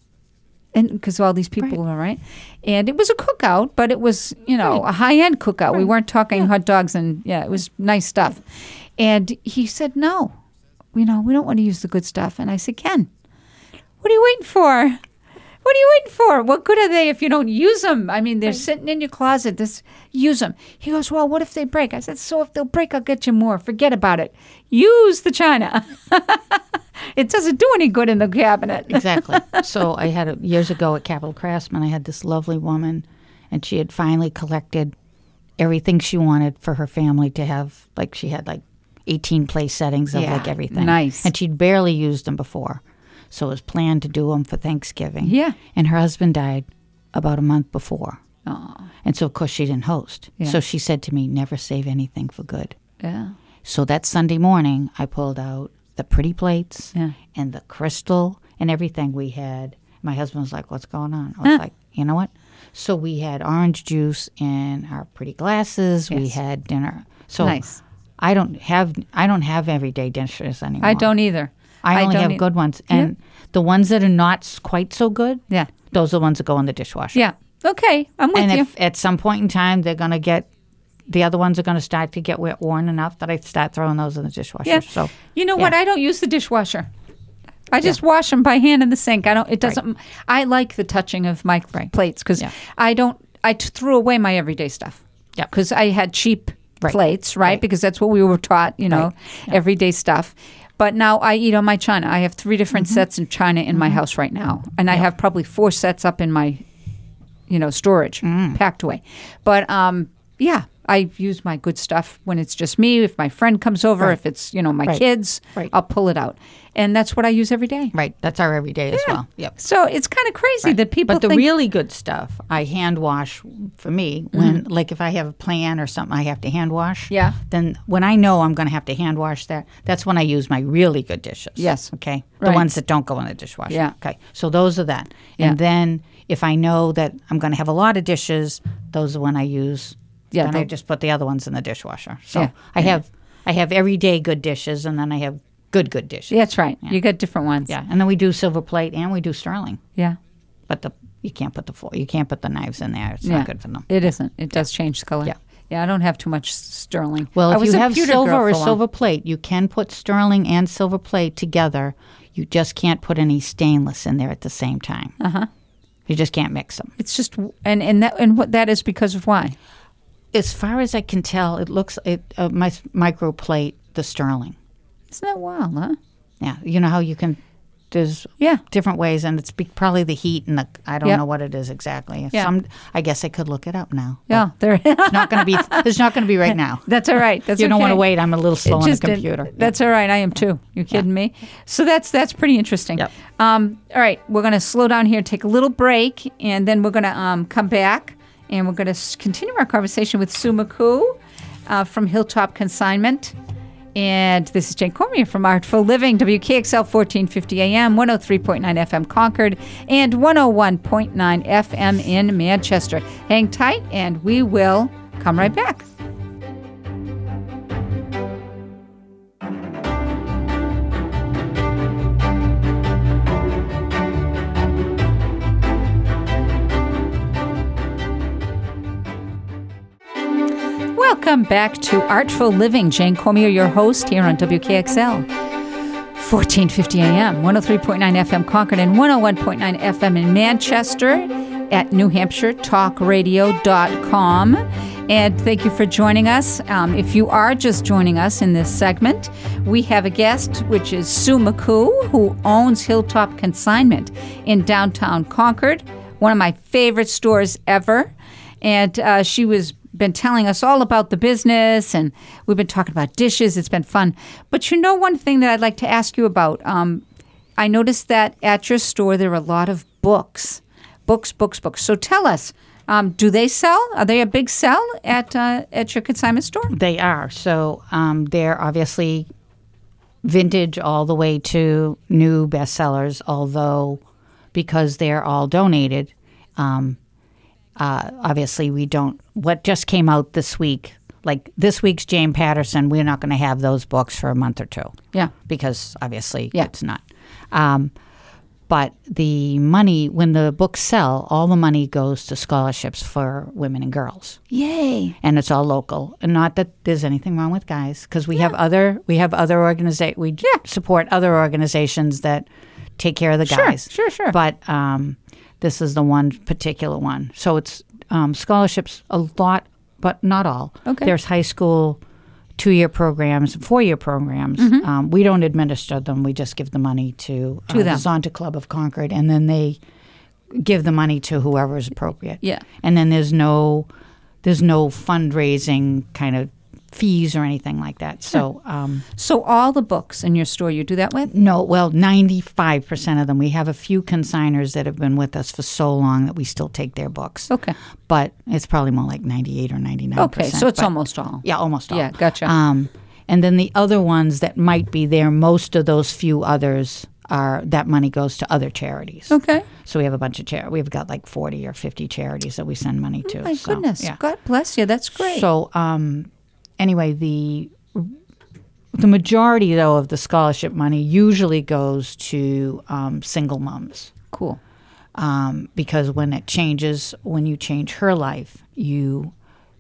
Speaker 1: and because all these people were right, and it was a cookout, but it was you know a high end cookout. We weren't talking hot dogs and yeah, it was nice stuff. And he said, "No, you know we don't want to use the good stuff." And I said, "Ken, what are you waiting for? What are you waiting for? What good are they if you don't use them? I mean, they're sitting in your closet. Just use them. He goes, Well, what if they break? I said, So if they'll break, I'll get you more. Forget about it. Use the china. it doesn't do any good in the cabinet.
Speaker 2: exactly. So I had a, years ago at Capital Craftsman, I had this lovely woman, and she had finally collected everything she wanted for her family to have. Like she had like eighteen place settings of
Speaker 1: Yeah,
Speaker 2: like everything.
Speaker 1: nice.
Speaker 2: And she'd barely used them before, so it was planned to do them for Thanksgiving.
Speaker 1: Yeah.
Speaker 2: And her husband died about a month before,
Speaker 1: Oh,
Speaker 2: and so of course she didn't host.
Speaker 1: Yeah.
Speaker 2: So she said to me, "Never save anything for good."
Speaker 1: yeah.
Speaker 2: So that Sunday morning, I pulled out the pretty plates
Speaker 1: Yeah.
Speaker 2: and the crystal and everything we had. My husband was like, What's going on? I was like, You know what? So we had orange juice in our pretty glasses. We
Speaker 1: Yes.
Speaker 2: had dinner. So
Speaker 1: Nice.
Speaker 2: I don't have I don't have everyday dinners anymore.
Speaker 1: I don't either.
Speaker 2: I only
Speaker 1: don't
Speaker 2: have
Speaker 1: e-
Speaker 2: good ones, and the ones that are not s- quite so good,
Speaker 1: Yeah.
Speaker 2: those are the ones that go in the dishwasher.
Speaker 1: Yeah. Okay. I'm with
Speaker 2: and
Speaker 1: you.
Speaker 2: if at some point in time they're going to get the other ones are going to start to get wet- worn enough that I start throwing those in the dishwasher.
Speaker 1: Yeah.
Speaker 2: So
Speaker 1: You know what?
Speaker 2: Yeah.
Speaker 1: I don't use the dishwasher. I just wash them by hand in the sink. I don't. It doesn't. I like the touching of my plates because
Speaker 2: Yeah.
Speaker 1: I don't. I t- threw away my everyday stuff.
Speaker 2: Yep.
Speaker 1: Because I had cheap
Speaker 2: Right.
Speaker 1: plates, right?
Speaker 2: Right.
Speaker 1: Because that's what we were taught. You know, everyday stuff. But now I eat on my china. I have three different
Speaker 2: Mm-hmm.
Speaker 1: sets of china in my house right now, and I have probably four sets up in my, you know, storage
Speaker 2: Mm.
Speaker 1: packed away. But um, yeah. I use my good stuff when it's just me. If my friend comes over,
Speaker 2: Right.
Speaker 1: if it's you know my
Speaker 2: Right.
Speaker 1: kids,
Speaker 2: Right.
Speaker 1: I'll pull it out, and that's what I use every day.
Speaker 2: Right. That's our everyday as well. Yep.
Speaker 1: So it's kind of crazy that people
Speaker 2: But the
Speaker 1: think,
Speaker 2: really good stuff, I hand wash for me when, like, if I have a plan or something, I have to hand wash.
Speaker 1: Mm-hmm. Yeah.
Speaker 2: Then when I know I'm going to have to hand wash that, that's when I use my really good dishes.
Speaker 1: Yes.
Speaker 2: Okay.
Speaker 1: Right.
Speaker 2: The ones that don't go in the dishwasher.
Speaker 1: Yeah.
Speaker 2: Okay. So those are that.
Speaker 1: Yeah.
Speaker 2: And then if I know that I'm going to have a lot of dishes, those are when I use.
Speaker 1: Yeah,
Speaker 2: Then I
Speaker 1: they'll-
Speaker 2: just put the other ones in the dishwasher. So
Speaker 1: Yeah.
Speaker 2: I have I have everyday good dishes, and then I have good good dishes.
Speaker 1: yeah, that's right. You got different ones.
Speaker 2: Yeah. And then we do silver plate and we do sterling
Speaker 1: yeah,
Speaker 2: but the you can't put the fork, you can't put the knives in there. It's
Speaker 1: Yeah.
Speaker 2: not good for them.
Speaker 1: It isn't. It does change the color.
Speaker 2: Yeah.
Speaker 1: I don't have too much s- sterling.
Speaker 2: Well,
Speaker 1: I
Speaker 2: if
Speaker 1: was
Speaker 2: you
Speaker 1: a
Speaker 2: have
Speaker 1: pewter girl
Speaker 2: silver
Speaker 1: for a
Speaker 2: or
Speaker 1: while.
Speaker 2: silver plate, you can put sterling and silver plate together. You just can't put any stainless in there at the same time. Uh huh. You just can't mix them.
Speaker 1: it's just and and that and what that is because of why?
Speaker 2: As far as I can tell, it looks it uh, my microplate the sterling.
Speaker 1: Isn't that wild, huh?
Speaker 2: Yeah, you know how you can. There's
Speaker 1: Yeah,
Speaker 2: different ways, and it's be, probably the heat and the I don't
Speaker 1: Yep.
Speaker 2: know what it is exactly.
Speaker 1: Yeah.
Speaker 2: Some I guess I could look it up now. but
Speaker 1: yeah. There.
Speaker 2: it's not going to be. It's not going to be right now.
Speaker 1: that's all right. That's
Speaker 2: you don't want to
Speaker 1: okay.
Speaker 2: wait. I'm a little slow
Speaker 1: It
Speaker 2: on the
Speaker 1: just didn't-
Speaker 2: computer.
Speaker 1: That's all right. I am too. You kidding me? So that's that's pretty interesting.
Speaker 2: Yep.
Speaker 1: Um, all right, we're going to slow down here, take a little break, and then we're going to um, come back and we're going to continue our conversation with Sue McCoo uh, from Hilltop Consignment. And this is Jane Cormier from Artful Living, WKXL 1450 AM, 103.9 FM Concord, and 101.9 FM in Manchester. Hang tight, and we will come right back. Welcome back to Artful Living. Jane Cormier, your host here on WKXL. 1450 AM, 103.9 FM Concord, and 101.9 FM in Manchester at New Hampshire talkradio.com. And thank you for joining us. Um, if you are just joining us in this segment, we have a guest, which is Sue McCoo, who owns Hilltop Consignment in downtown Concord, one of my favorite stores ever and uh, she was been telling us all about the business and we've been talking about dishes it's been fun but you know one thing that i'd like to ask you about um, i noticed that at your store there are a lot of books books books books so tell us um, do they sell are they a big sell at uh, at your consignment store
Speaker 2: They are. So um, they're obviously vintage all the way to new bestsellers, although because they're all donated, um, uh, obviously we don't. What just came out this week, like this week's Jane Patterson, we're not going to have those books for a month or two
Speaker 1: yeah
Speaker 2: because obviously
Speaker 1: Yeah.
Speaker 2: it's not. Um, but the money, when the books sell, all the money goes to scholarships for women and girls
Speaker 1: yay
Speaker 2: and it's all local. And not that there's anything wrong with guys, because we have other we have other organiza- we support other organizations that take care of the
Speaker 1: Sure,
Speaker 2: guys.
Speaker 1: sure, sure.
Speaker 2: But um, This is the one particular one. So it's um, scholarships a lot, but not all.
Speaker 1: Okay.
Speaker 2: There's high school two year programs, four year programs. Um, we don't administer them, we just give the money to,
Speaker 1: Mm-hmm. To
Speaker 2: uh,
Speaker 1: them.
Speaker 2: the Zonta Club of Concord, and then they give the money to whoever is appropriate.
Speaker 1: Yeah.
Speaker 2: And then there's no there's no fundraising kind of fees or anything like that. So um,
Speaker 1: So all the books in your store you do that with?
Speaker 2: no, well, ninety five percent of them. We have a few consigners that have been with us for so long that we still take their books,
Speaker 1: Okay.
Speaker 2: but it's probably more like ninety eight or ninety nine.
Speaker 1: Okay. So it's
Speaker 2: but,
Speaker 1: almost all.
Speaker 2: yeah, almost all.
Speaker 1: Yeah, gotcha.
Speaker 2: Um, and then the other ones that might be there, most of those few others are that money goes to other charities.
Speaker 1: Okay.
Speaker 2: So we have a bunch of charities. We've got like 40 or 50 charities that we send money to.
Speaker 1: Oh My
Speaker 2: so,
Speaker 1: goodness.
Speaker 2: yeah.
Speaker 1: God bless you. That's great.
Speaker 2: So um, anyway, the the majority though of the scholarship money usually goes to um, single moms
Speaker 1: cool.
Speaker 2: um, because when it changes, when you change her life, you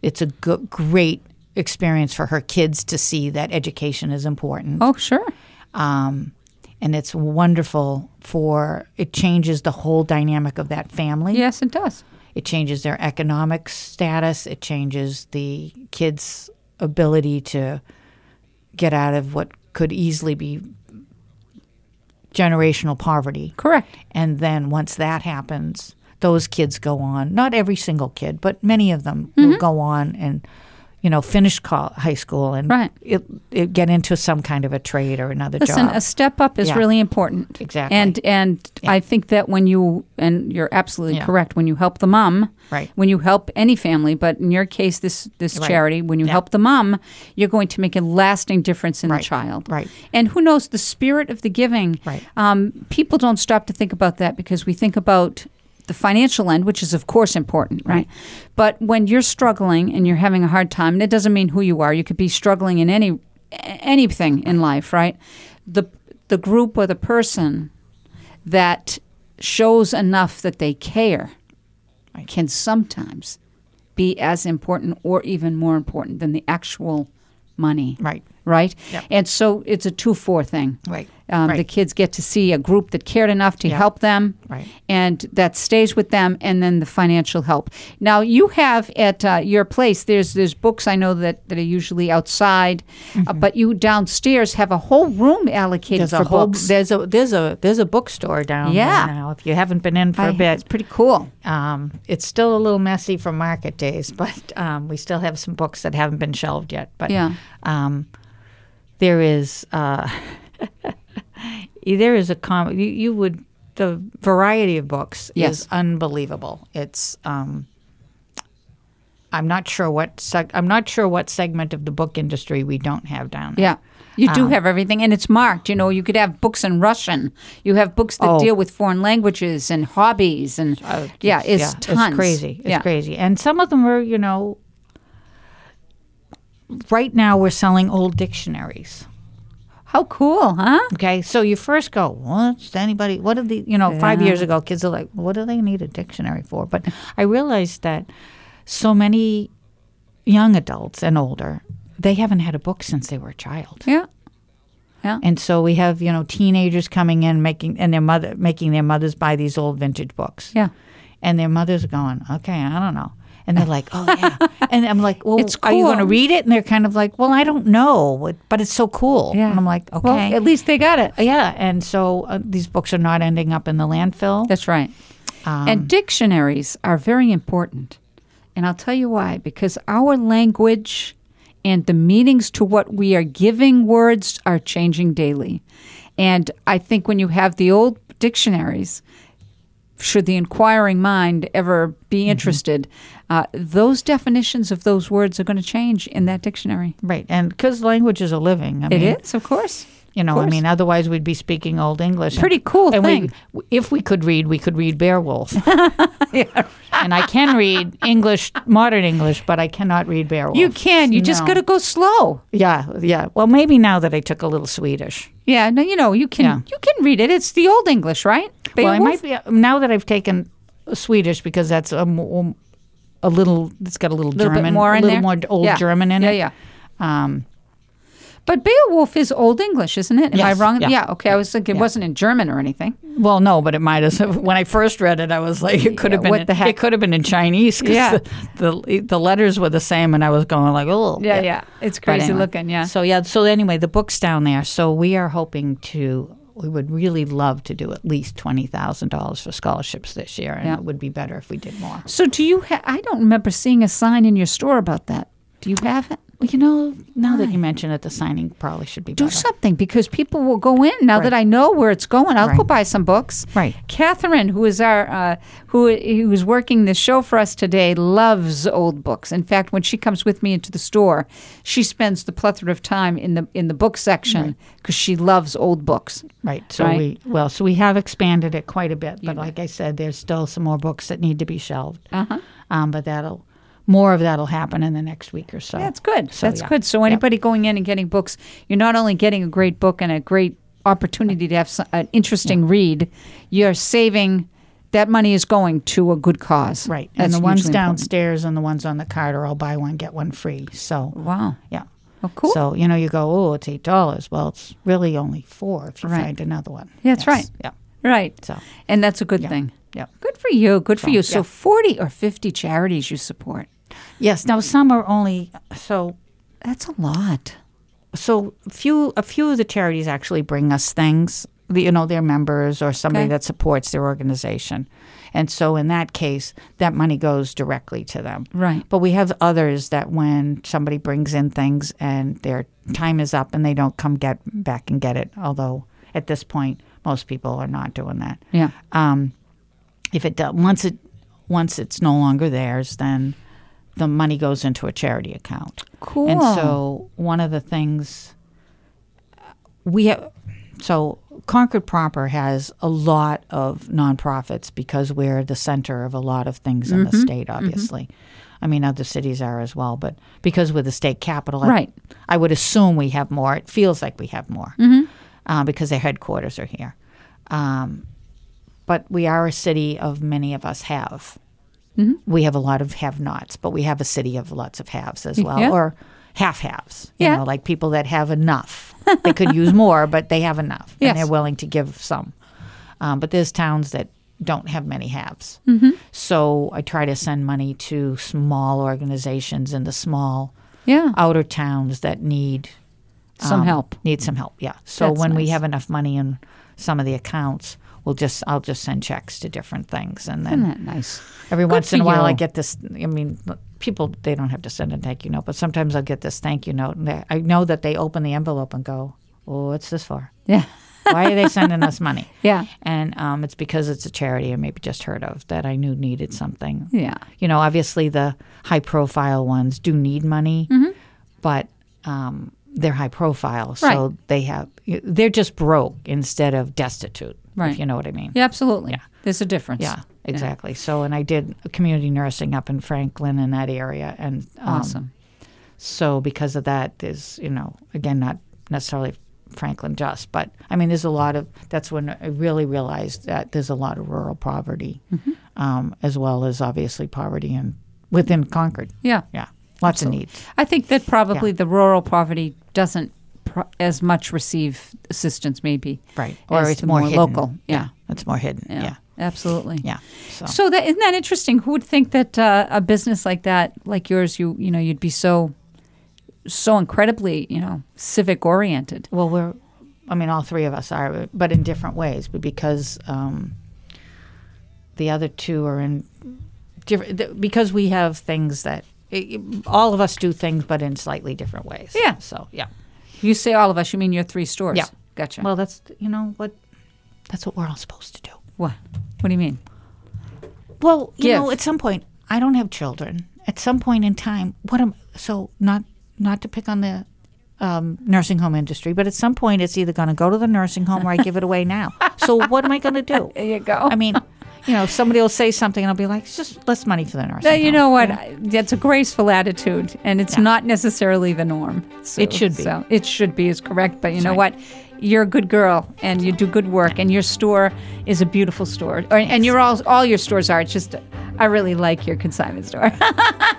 Speaker 2: it's a go- great experience for her kids to see that education is important,
Speaker 1: Oh, sure.
Speaker 2: um, and it's wonderful for it changes the whole dynamic of that family.
Speaker 1: Yes, it does.
Speaker 2: It changes their economic status. It changes the kids' ability to get out of what could easily be generational poverty.
Speaker 1: Correct.
Speaker 2: And then once that happens, those kids go on. Not every single kid, but many of them
Speaker 1: Mm-hmm.
Speaker 2: will go on and you know finish col high school and
Speaker 1: Right.
Speaker 2: it, it get into some kind of a trade or another
Speaker 1: Listen,
Speaker 2: job.
Speaker 1: a step up is
Speaker 2: Yeah.
Speaker 1: really important.
Speaker 2: Exactly.
Speaker 1: And and I think that when you and you're absolutely
Speaker 2: Yeah.
Speaker 1: correct when you help the mom,
Speaker 2: Right.
Speaker 1: When you help any family, but in your case this this
Speaker 2: Right.
Speaker 1: charity, when you
Speaker 2: Yeah.
Speaker 1: help the mom, you're going to make a lasting difference in
Speaker 2: Right.
Speaker 1: the child.
Speaker 2: Right.
Speaker 1: And who knows the spirit of the giving.
Speaker 2: Right.
Speaker 1: Um, people don't stop to think about that because we think about the financial end, which is of course important, right? But when you're struggling and you're having a hard time, and it doesn't mean who you are, you could be struggling in any anything in life, right? The the group or the person that shows enough that they care
Speaker 2: Right.
Speaker 1: can sometimes be as important or even more important than the actual money,
Speaker 2: right.
Speaker 1: right?
Speaker 2: Yep.
Speaker 1: And so it's a two four thing.
Speaker 2: Right.
Speaker 1: Um,
Speaker 2: right.
Speaker 1: The kids get to see a group that cared enough to
Speaker 2: Yeah.
Speaker 1: help them,
Speaker 2: Right.
Speaker 1: and that stays with them, and then the financial help. Now you have at uh, your place. There's there's books I know that, that are usually outside, uh, but you downstairs have a whole room allocated
Speaker 2: Mm-hmm. there's
Speaker 1: for
Speaker 2: a whole
Speaker 1: books.
Speaker 2: there's a there's a there's a bookstore down
Speaker 1: Yeah.
Speaker 2: there now. If you haven't been in for
Speaker 1: I-
Speaker 2: a
Speaker 1: It's
Speaker 2: bit,
Speaker 1: pretty cool.
Speaker 2: um, it's still a little messy from market days, but um, we still have some books that haven't been shelved yet. But
Speaker 1: Yeah.
Speaker 2: um, there is uh, there is a com- you, you would the variety of books
Speaker 1: Yes.
Speaker 2: is unbelievable. It's um, I'm not sure what seg- I'm not sure what segment of the book industry we don't have down there.
Speaker 1: Yeah. You
Speaker 2: Um,
Speaker 1: do have everything, and it's marked. You know, you could have books in Russian. You have books that
Speaker 2: Oh.
Speaker 1: deal with foreign languages and hobbies, and
Speaker 2: Uh,
Speaker 1: yeah, it's tons.
Speaker 2: It's crazy. It's
Speaker 1: yeah.
Speaker 2: crazy. And some of them are, you know, right now we're selling old dictionaries.
Speaker 1: How cool, huh?
Speaker 2: Okay, so you first go, what's anybody? What did the you know? Five
Speaker 1: Yeah.
Speaker 2: years ago, kids are like, what do they need a dictionary for? But I realized that so many young adults and older, they haven't had a book since they were a child.
Speaker 1: Yeah.
Speaker 2: And so we have you know teenagers coming in making and their mother making their mothers buy these old vintage books.
Speaker 1: Yeah.
Speaker 2: And their mother's going, okay, I don't know. And they're like, oh, yeah. And I'm like, well,
Speaker 1: It's
Speaker 2: are you going to
Speaker 1: cool.
Speaker 2: read it? And they're kind of like, well, I don't know, it- but it's so cool.
Speaker 1: Yeah.
Speaker 2: And I'm like,
Speaker 1: Well,
Speaker 2: okay. Uh,
Speaker 1: at least they got it.
Speaker 2: yeah. And so uh, these books are not ending up in the landfill.
Speaker 1: That's right.
Speaker 2: Um,
Speaker 1: and dictionaries are very important. And I'll tell you why because our language and the meanings to what we are giving words are changing daily. And I think when you have the old dictionaries, should the inquiring mind ever
Speaker 2: Mm-hmm.
Speaker 1: be interested, uh, those definitions of those words are going to change in that dictionary.
Speaker 2: right. And because languages are living. I
Speaker 1: It
Speaker 2: mean,
Speaker 1: is, of course.
Speaker 2: You know,
Speaker 1: Of
Speaker 2: I
Speaker 1: course.
Speaker 2: mean, otherwise we'd be speaking old English.
Speaker 1: Pretty cool
Speaker 2: and
Speaker 1: thing.
Speaker 2: We, if we could read, we could read Beowulf. And I can read English, modern English, but I cannot read Beowulf.
Speaker 1: You can. You just
Speaker 2: No.
Speaker 1: got to go slow.
Speaker 2: Yeah, yeah. Well, maybe now that I took a little Swedish.
Speaker 1: Yeah, no, you know, you can
Speaker 2: Yeah.
Speaker 1: you can read it. It's the old English, right?
Speaker 2: Well, I
Speaker 1: Beowulf?
Speaker 2: might be uh, now that I've taken Swedish because that's a, mo- a little. It's got a little,
Speaker 1: Little bit
Speaker 2: German,
Speaker 1: more in
Speaker 2: a little
Speaker 1: there?
Speaker 2: more old
Speaker 1: Yeah.
Speaker 2: German in
Speaker 1: yeah,
Speaker 2: it.
Speaker 1: yeah.
Speaker 2: Um,
Speaker 1: But Beowulf is Old English, isn't it? Am
Speaker 2: Yes,
Speaker 1: I wrong?
Speaker 2: yeah.
Speaker 1: okay. I was thinking it
Speaker 2: Yeah.
Speaker 1: wasn't in German or anything.
Speaker 2: Well, no, but it might as when I first read it, I was like, it could
Speaker 1: Yeah,
Speaker 2: have been
Speaker 1: what
Speaker 2: in,
Speaker 1: the heck?
Speaker 2: it could have been in Chinese 'cause
Speaker 1: Yeah.
Speaker 2: the, the the letters were the same, and I was going like, oh,
Speaker 1: Yeah, yeah. It's
Speaker 2: But
Speaker 1: crazy
Speaker 2: anyway.
Speaker 1: looking. Yeah.
Speaker 2: So yeah, so anyway, the book's down there. So we are hoping to. We would really love to do at least twenty thousand dollars for scholarships this year, and
Speaker 1: Yeah.
Speaker 2: it would be better if we did more.
Speaker 1: So do you? Ha- I don't remember seeing a sign in your store about that. Do you have it?
Speaker 2: Well, you know, now that
Speaker 1: Why?
Speaker 2: you mention it, the signing probably should be
Speaker 1: Do
Speaker 2: better.
Speaker 1: something because people will go in now
Speaker 2: Right.
Speaker 1: that I know where it's going. I'll go
Speaker 2: Right.
Speaker 1: buy some books.
Speaker 2: Right.
Speaker 1: Catherine, who is our uh, who who's working the show for us today, loves old books. In fact, when she comes with me into the store, she spends the plethora of time in the in the book section because she loves old books.
Speaker 2: Right. So
Speaker 1: Right.
Speaker 2: we well, so we have expanded it quite a bit,
Speaker 1: You
Speaker 2: but
Speaker 1: bet.
Speaker 2: like I said, there's still some more books that need to be shelved.
Speaker 1: Uh huh.
Speaker 2: Um, but that'll more of that'll happen in the next week or so.
Speaker 1: That's good.
Speaker 2: So,
Speaker 1: That's
Speaker 2: yeah.
Speaker 1: good. So
Speaker 2: Yep.
Speaker 1: anybody going in and getting books, you're not only getting a great book and a great opportunity to have some, an interesting read, you're saving. That money is going to a good cause.
Speaker 2: right.
Speaker 1: That's
Speaker 2: and the ones
Speaker 1: hugely important.
Speaker 2: downstairs and the ones on the card are all buy one get one free. So
Speaker 1: Wow.
Speaker 2: yeah.
Speaker 1: Oh, cool.
Speaker 2: So you know you go oh it's eight dollars. Well it's really only four if you
Speaker 1: Right.
Speaker 2: find another one.
Speaker 1: Yeah, that's right.
Speaker 2: Yeah.
Speaker 1: right.
Speaker 2: So
Speaker 1: And that's a good thing.
Speaker 2: yeah.
Speaker 1: Good for you. Good for
Speaker 2: So,
Speaker 1: you. So
Speaker 2: yeah.
Speaker 1: 40 or 50 charities you support.
Speaker 2: Yes. Now some are only so
Speaker 1: That's a lot.
Speaker 2: so few a few of the charities actually bring us things the- you know their members or somebody
Speaker 1: Okay.
Speaker 2: that supports their organization and so in that case that money goes directly to them
Speaker 1: Right.
Speaker 2: but we have others that when somebody brings in things and their time is up and they don't come get back and get it although at this point most people are not doing that
Speaker 1: Yeah.
Speaker 2: um, if it do- once it once it's no longer theirs then the money goes into a charity account
Speaker 1: Cool.
Speaker 2: and so one of the things we have, so Concord proper has a lot of nonprofits because we're the center of a lot of things in
Speaker 1: Mm-hmm.
Speaker 2: the state, obviously. I mean, other cities are as well, but because we're the state capital, I-
Speaker 1: Right.
Speaker 2: I, would assume we have more. It feels like we have more
Speaker 1: Mm-hmm.
Speaker 2: uh, because their headquarters are here. Um, but we are a city of many of us have.
Speaker 1: Mm-hmm.
Speaker 2: We have a lot of have-nots, but we have a city of lots of haves as well,
Speaker 1: Yeah.
Speaker 2: or half-haves. You
Speaker 1: Yeah.
Speaker 2: know, like people that have enough. they could use more, but they have enough,
Speaker 1: Yes.
Speaker 2: and they're willing to give some. Um, but there's towns that don't have many haves.
Speaker 1: Mm-hmm.
Speaker 2: So I try to send money to small organizations in the small
Speaker 1: yeah.
Speaker 2: outer towns that need
Speaker 1: Some
Speaker 2: um,
Speaker 1: help.
Speaker 2: Need some help, yeah. So
Speaker 1: That's
Speaker 2: when we
Speaker 1: nice.
Speaker 2: have enough money in some of the accounts, we'll just I'll just send checks to different things, and then
Speaker 1: Isn't that nice?
Speaker 2: every once
Speaker 1: for
Speaker 2: in a while I
Speaker 1: you.
Speaker 2: get this. I mean, look, people they don't have to send a thank you note, but sometimes I'll get this thank you note, and they, I know that they open the envelope and go, "Oh, what's this for?
Speaker 1: Yeah.
Speaker 2: Why are they sending us money?"
Speaker 1: Yeah.
Speaker 2: And um, it's because it's a charity I maybe just heard of that I knew needed something
Speaker 1: Yeah.
Speaker 2: you know, obviously the high profile ones do need money,
Speaker 1: Mm-hmm.
Speaker 2: but um, they're high profile, so
Speaker 1: Right.
Speaker 2: they have they're just broke instead of destitute.
Speaker 1: Right.
Speaker 2: If you know what I mean.
Speaker 1: Yeah, absolutely.
Speaker 2: Yeah.
Speaker 1: There's a difference.
Speaker 2: Yeah, exactly. So, and I did community nursing up in Franklin in that area, and um,
Speaker 1: Awesome.
Speaker 2: so because of that, there's you know again not necessarily Franklin just, but I mean there's a lot of that's when I really realized that there's a lot of rural poverty,
Speaker 1: Mm-hmm.
Speaker 2: um, as well as obviously poverty in within Concord.
Speaker 1: yeah.
Speaker 2: Yeah, lots
Speaker 1: Absolutely.
Speaker 2: of needs.
Speaker 1: I think that probably the rural poverty doesn't pro- as much receive assistance, maybe.
Speaker 2: Right,
Speaker 1: as
Speaker 2: or it's
Speaker 1: the
Speaker 2: more, hidden.
Speaker 1: local. Yeah.
Speaker 2: it's more hidden.
Speaker 1: Yeah.
Speaker 2: Yeah, yeah.
Speaker 1: Absolutely.
Speaker 2: So,
Speaker 1: So that isn't that interesting? Who would think that uh, a business like that, like yours, you you know, you'd be so so incredibly you know civic oriented?
Speaker 2: well, we're, I mean, all three of us are, but in different ways. But because um, the other two are in different, because we have things that i- i- all of us do things, but in slightly different ways.
Speaker 1: Yeah.
Speaker 2: So yeah.
Speaker 1: You say all of us. You mean your three stores?
Speaker 2: Yeah.
Speaker 1: Gotcha.
Speaker 2: Well, that's you know what, that's what we're all supposed to do.
Speaker 1: what? What do you mean?
Speaker 2: Well, you know,
Speaker 1: Give.
Speaker 2: at some point, I don't have children. At some point in time, what am so not not to pick on the um, nursing home industry, but at some point, it's either going to go to the nursing home or I give it away now. So what am I going to do?
Speaker 1: There you go.
Speaker 2: I mean, you know, somebody will say something, and I'll be like, it's just less money for the nursing.
Speaker 1: Now, you
Speaker 2: home.
Speaker 1: know what? I- That's a graceful attitude, and it's not necessarily the norm. So,
Speaker 2: It should be.
Speaker 1: So it should be is correct. But you know
Speaker 2: right.
Speaker 1: what? You're a good girl, and you do good work, and your store is a beautiful store, or, and your all all your stores are. It's just I really like your consignment store.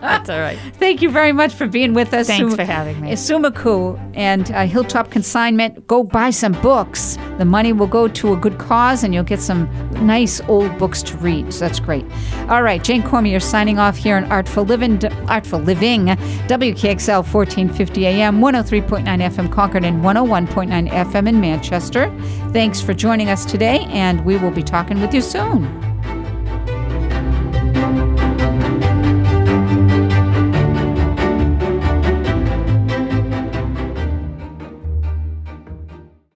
Speaker 2: That's all right.
Speaker 1: Thank you very much for being with us.
Speaker 2: Thanks
Speaker 1: Sum-
Speaker 2: for having me.
Speaker 1: Sumaku and uh, Hilltop Consignment. Go buy some books. The money will go to a good cause and you'll get some nice old books to read. So that's great. All right, Jane Cormier signing off here on Artful Living, Artful Living WKXL 1450 AM, 103.9 FM Concord, and 101.9 FM in Manchester. Thanks for joining us today, and we will be talking with you soon.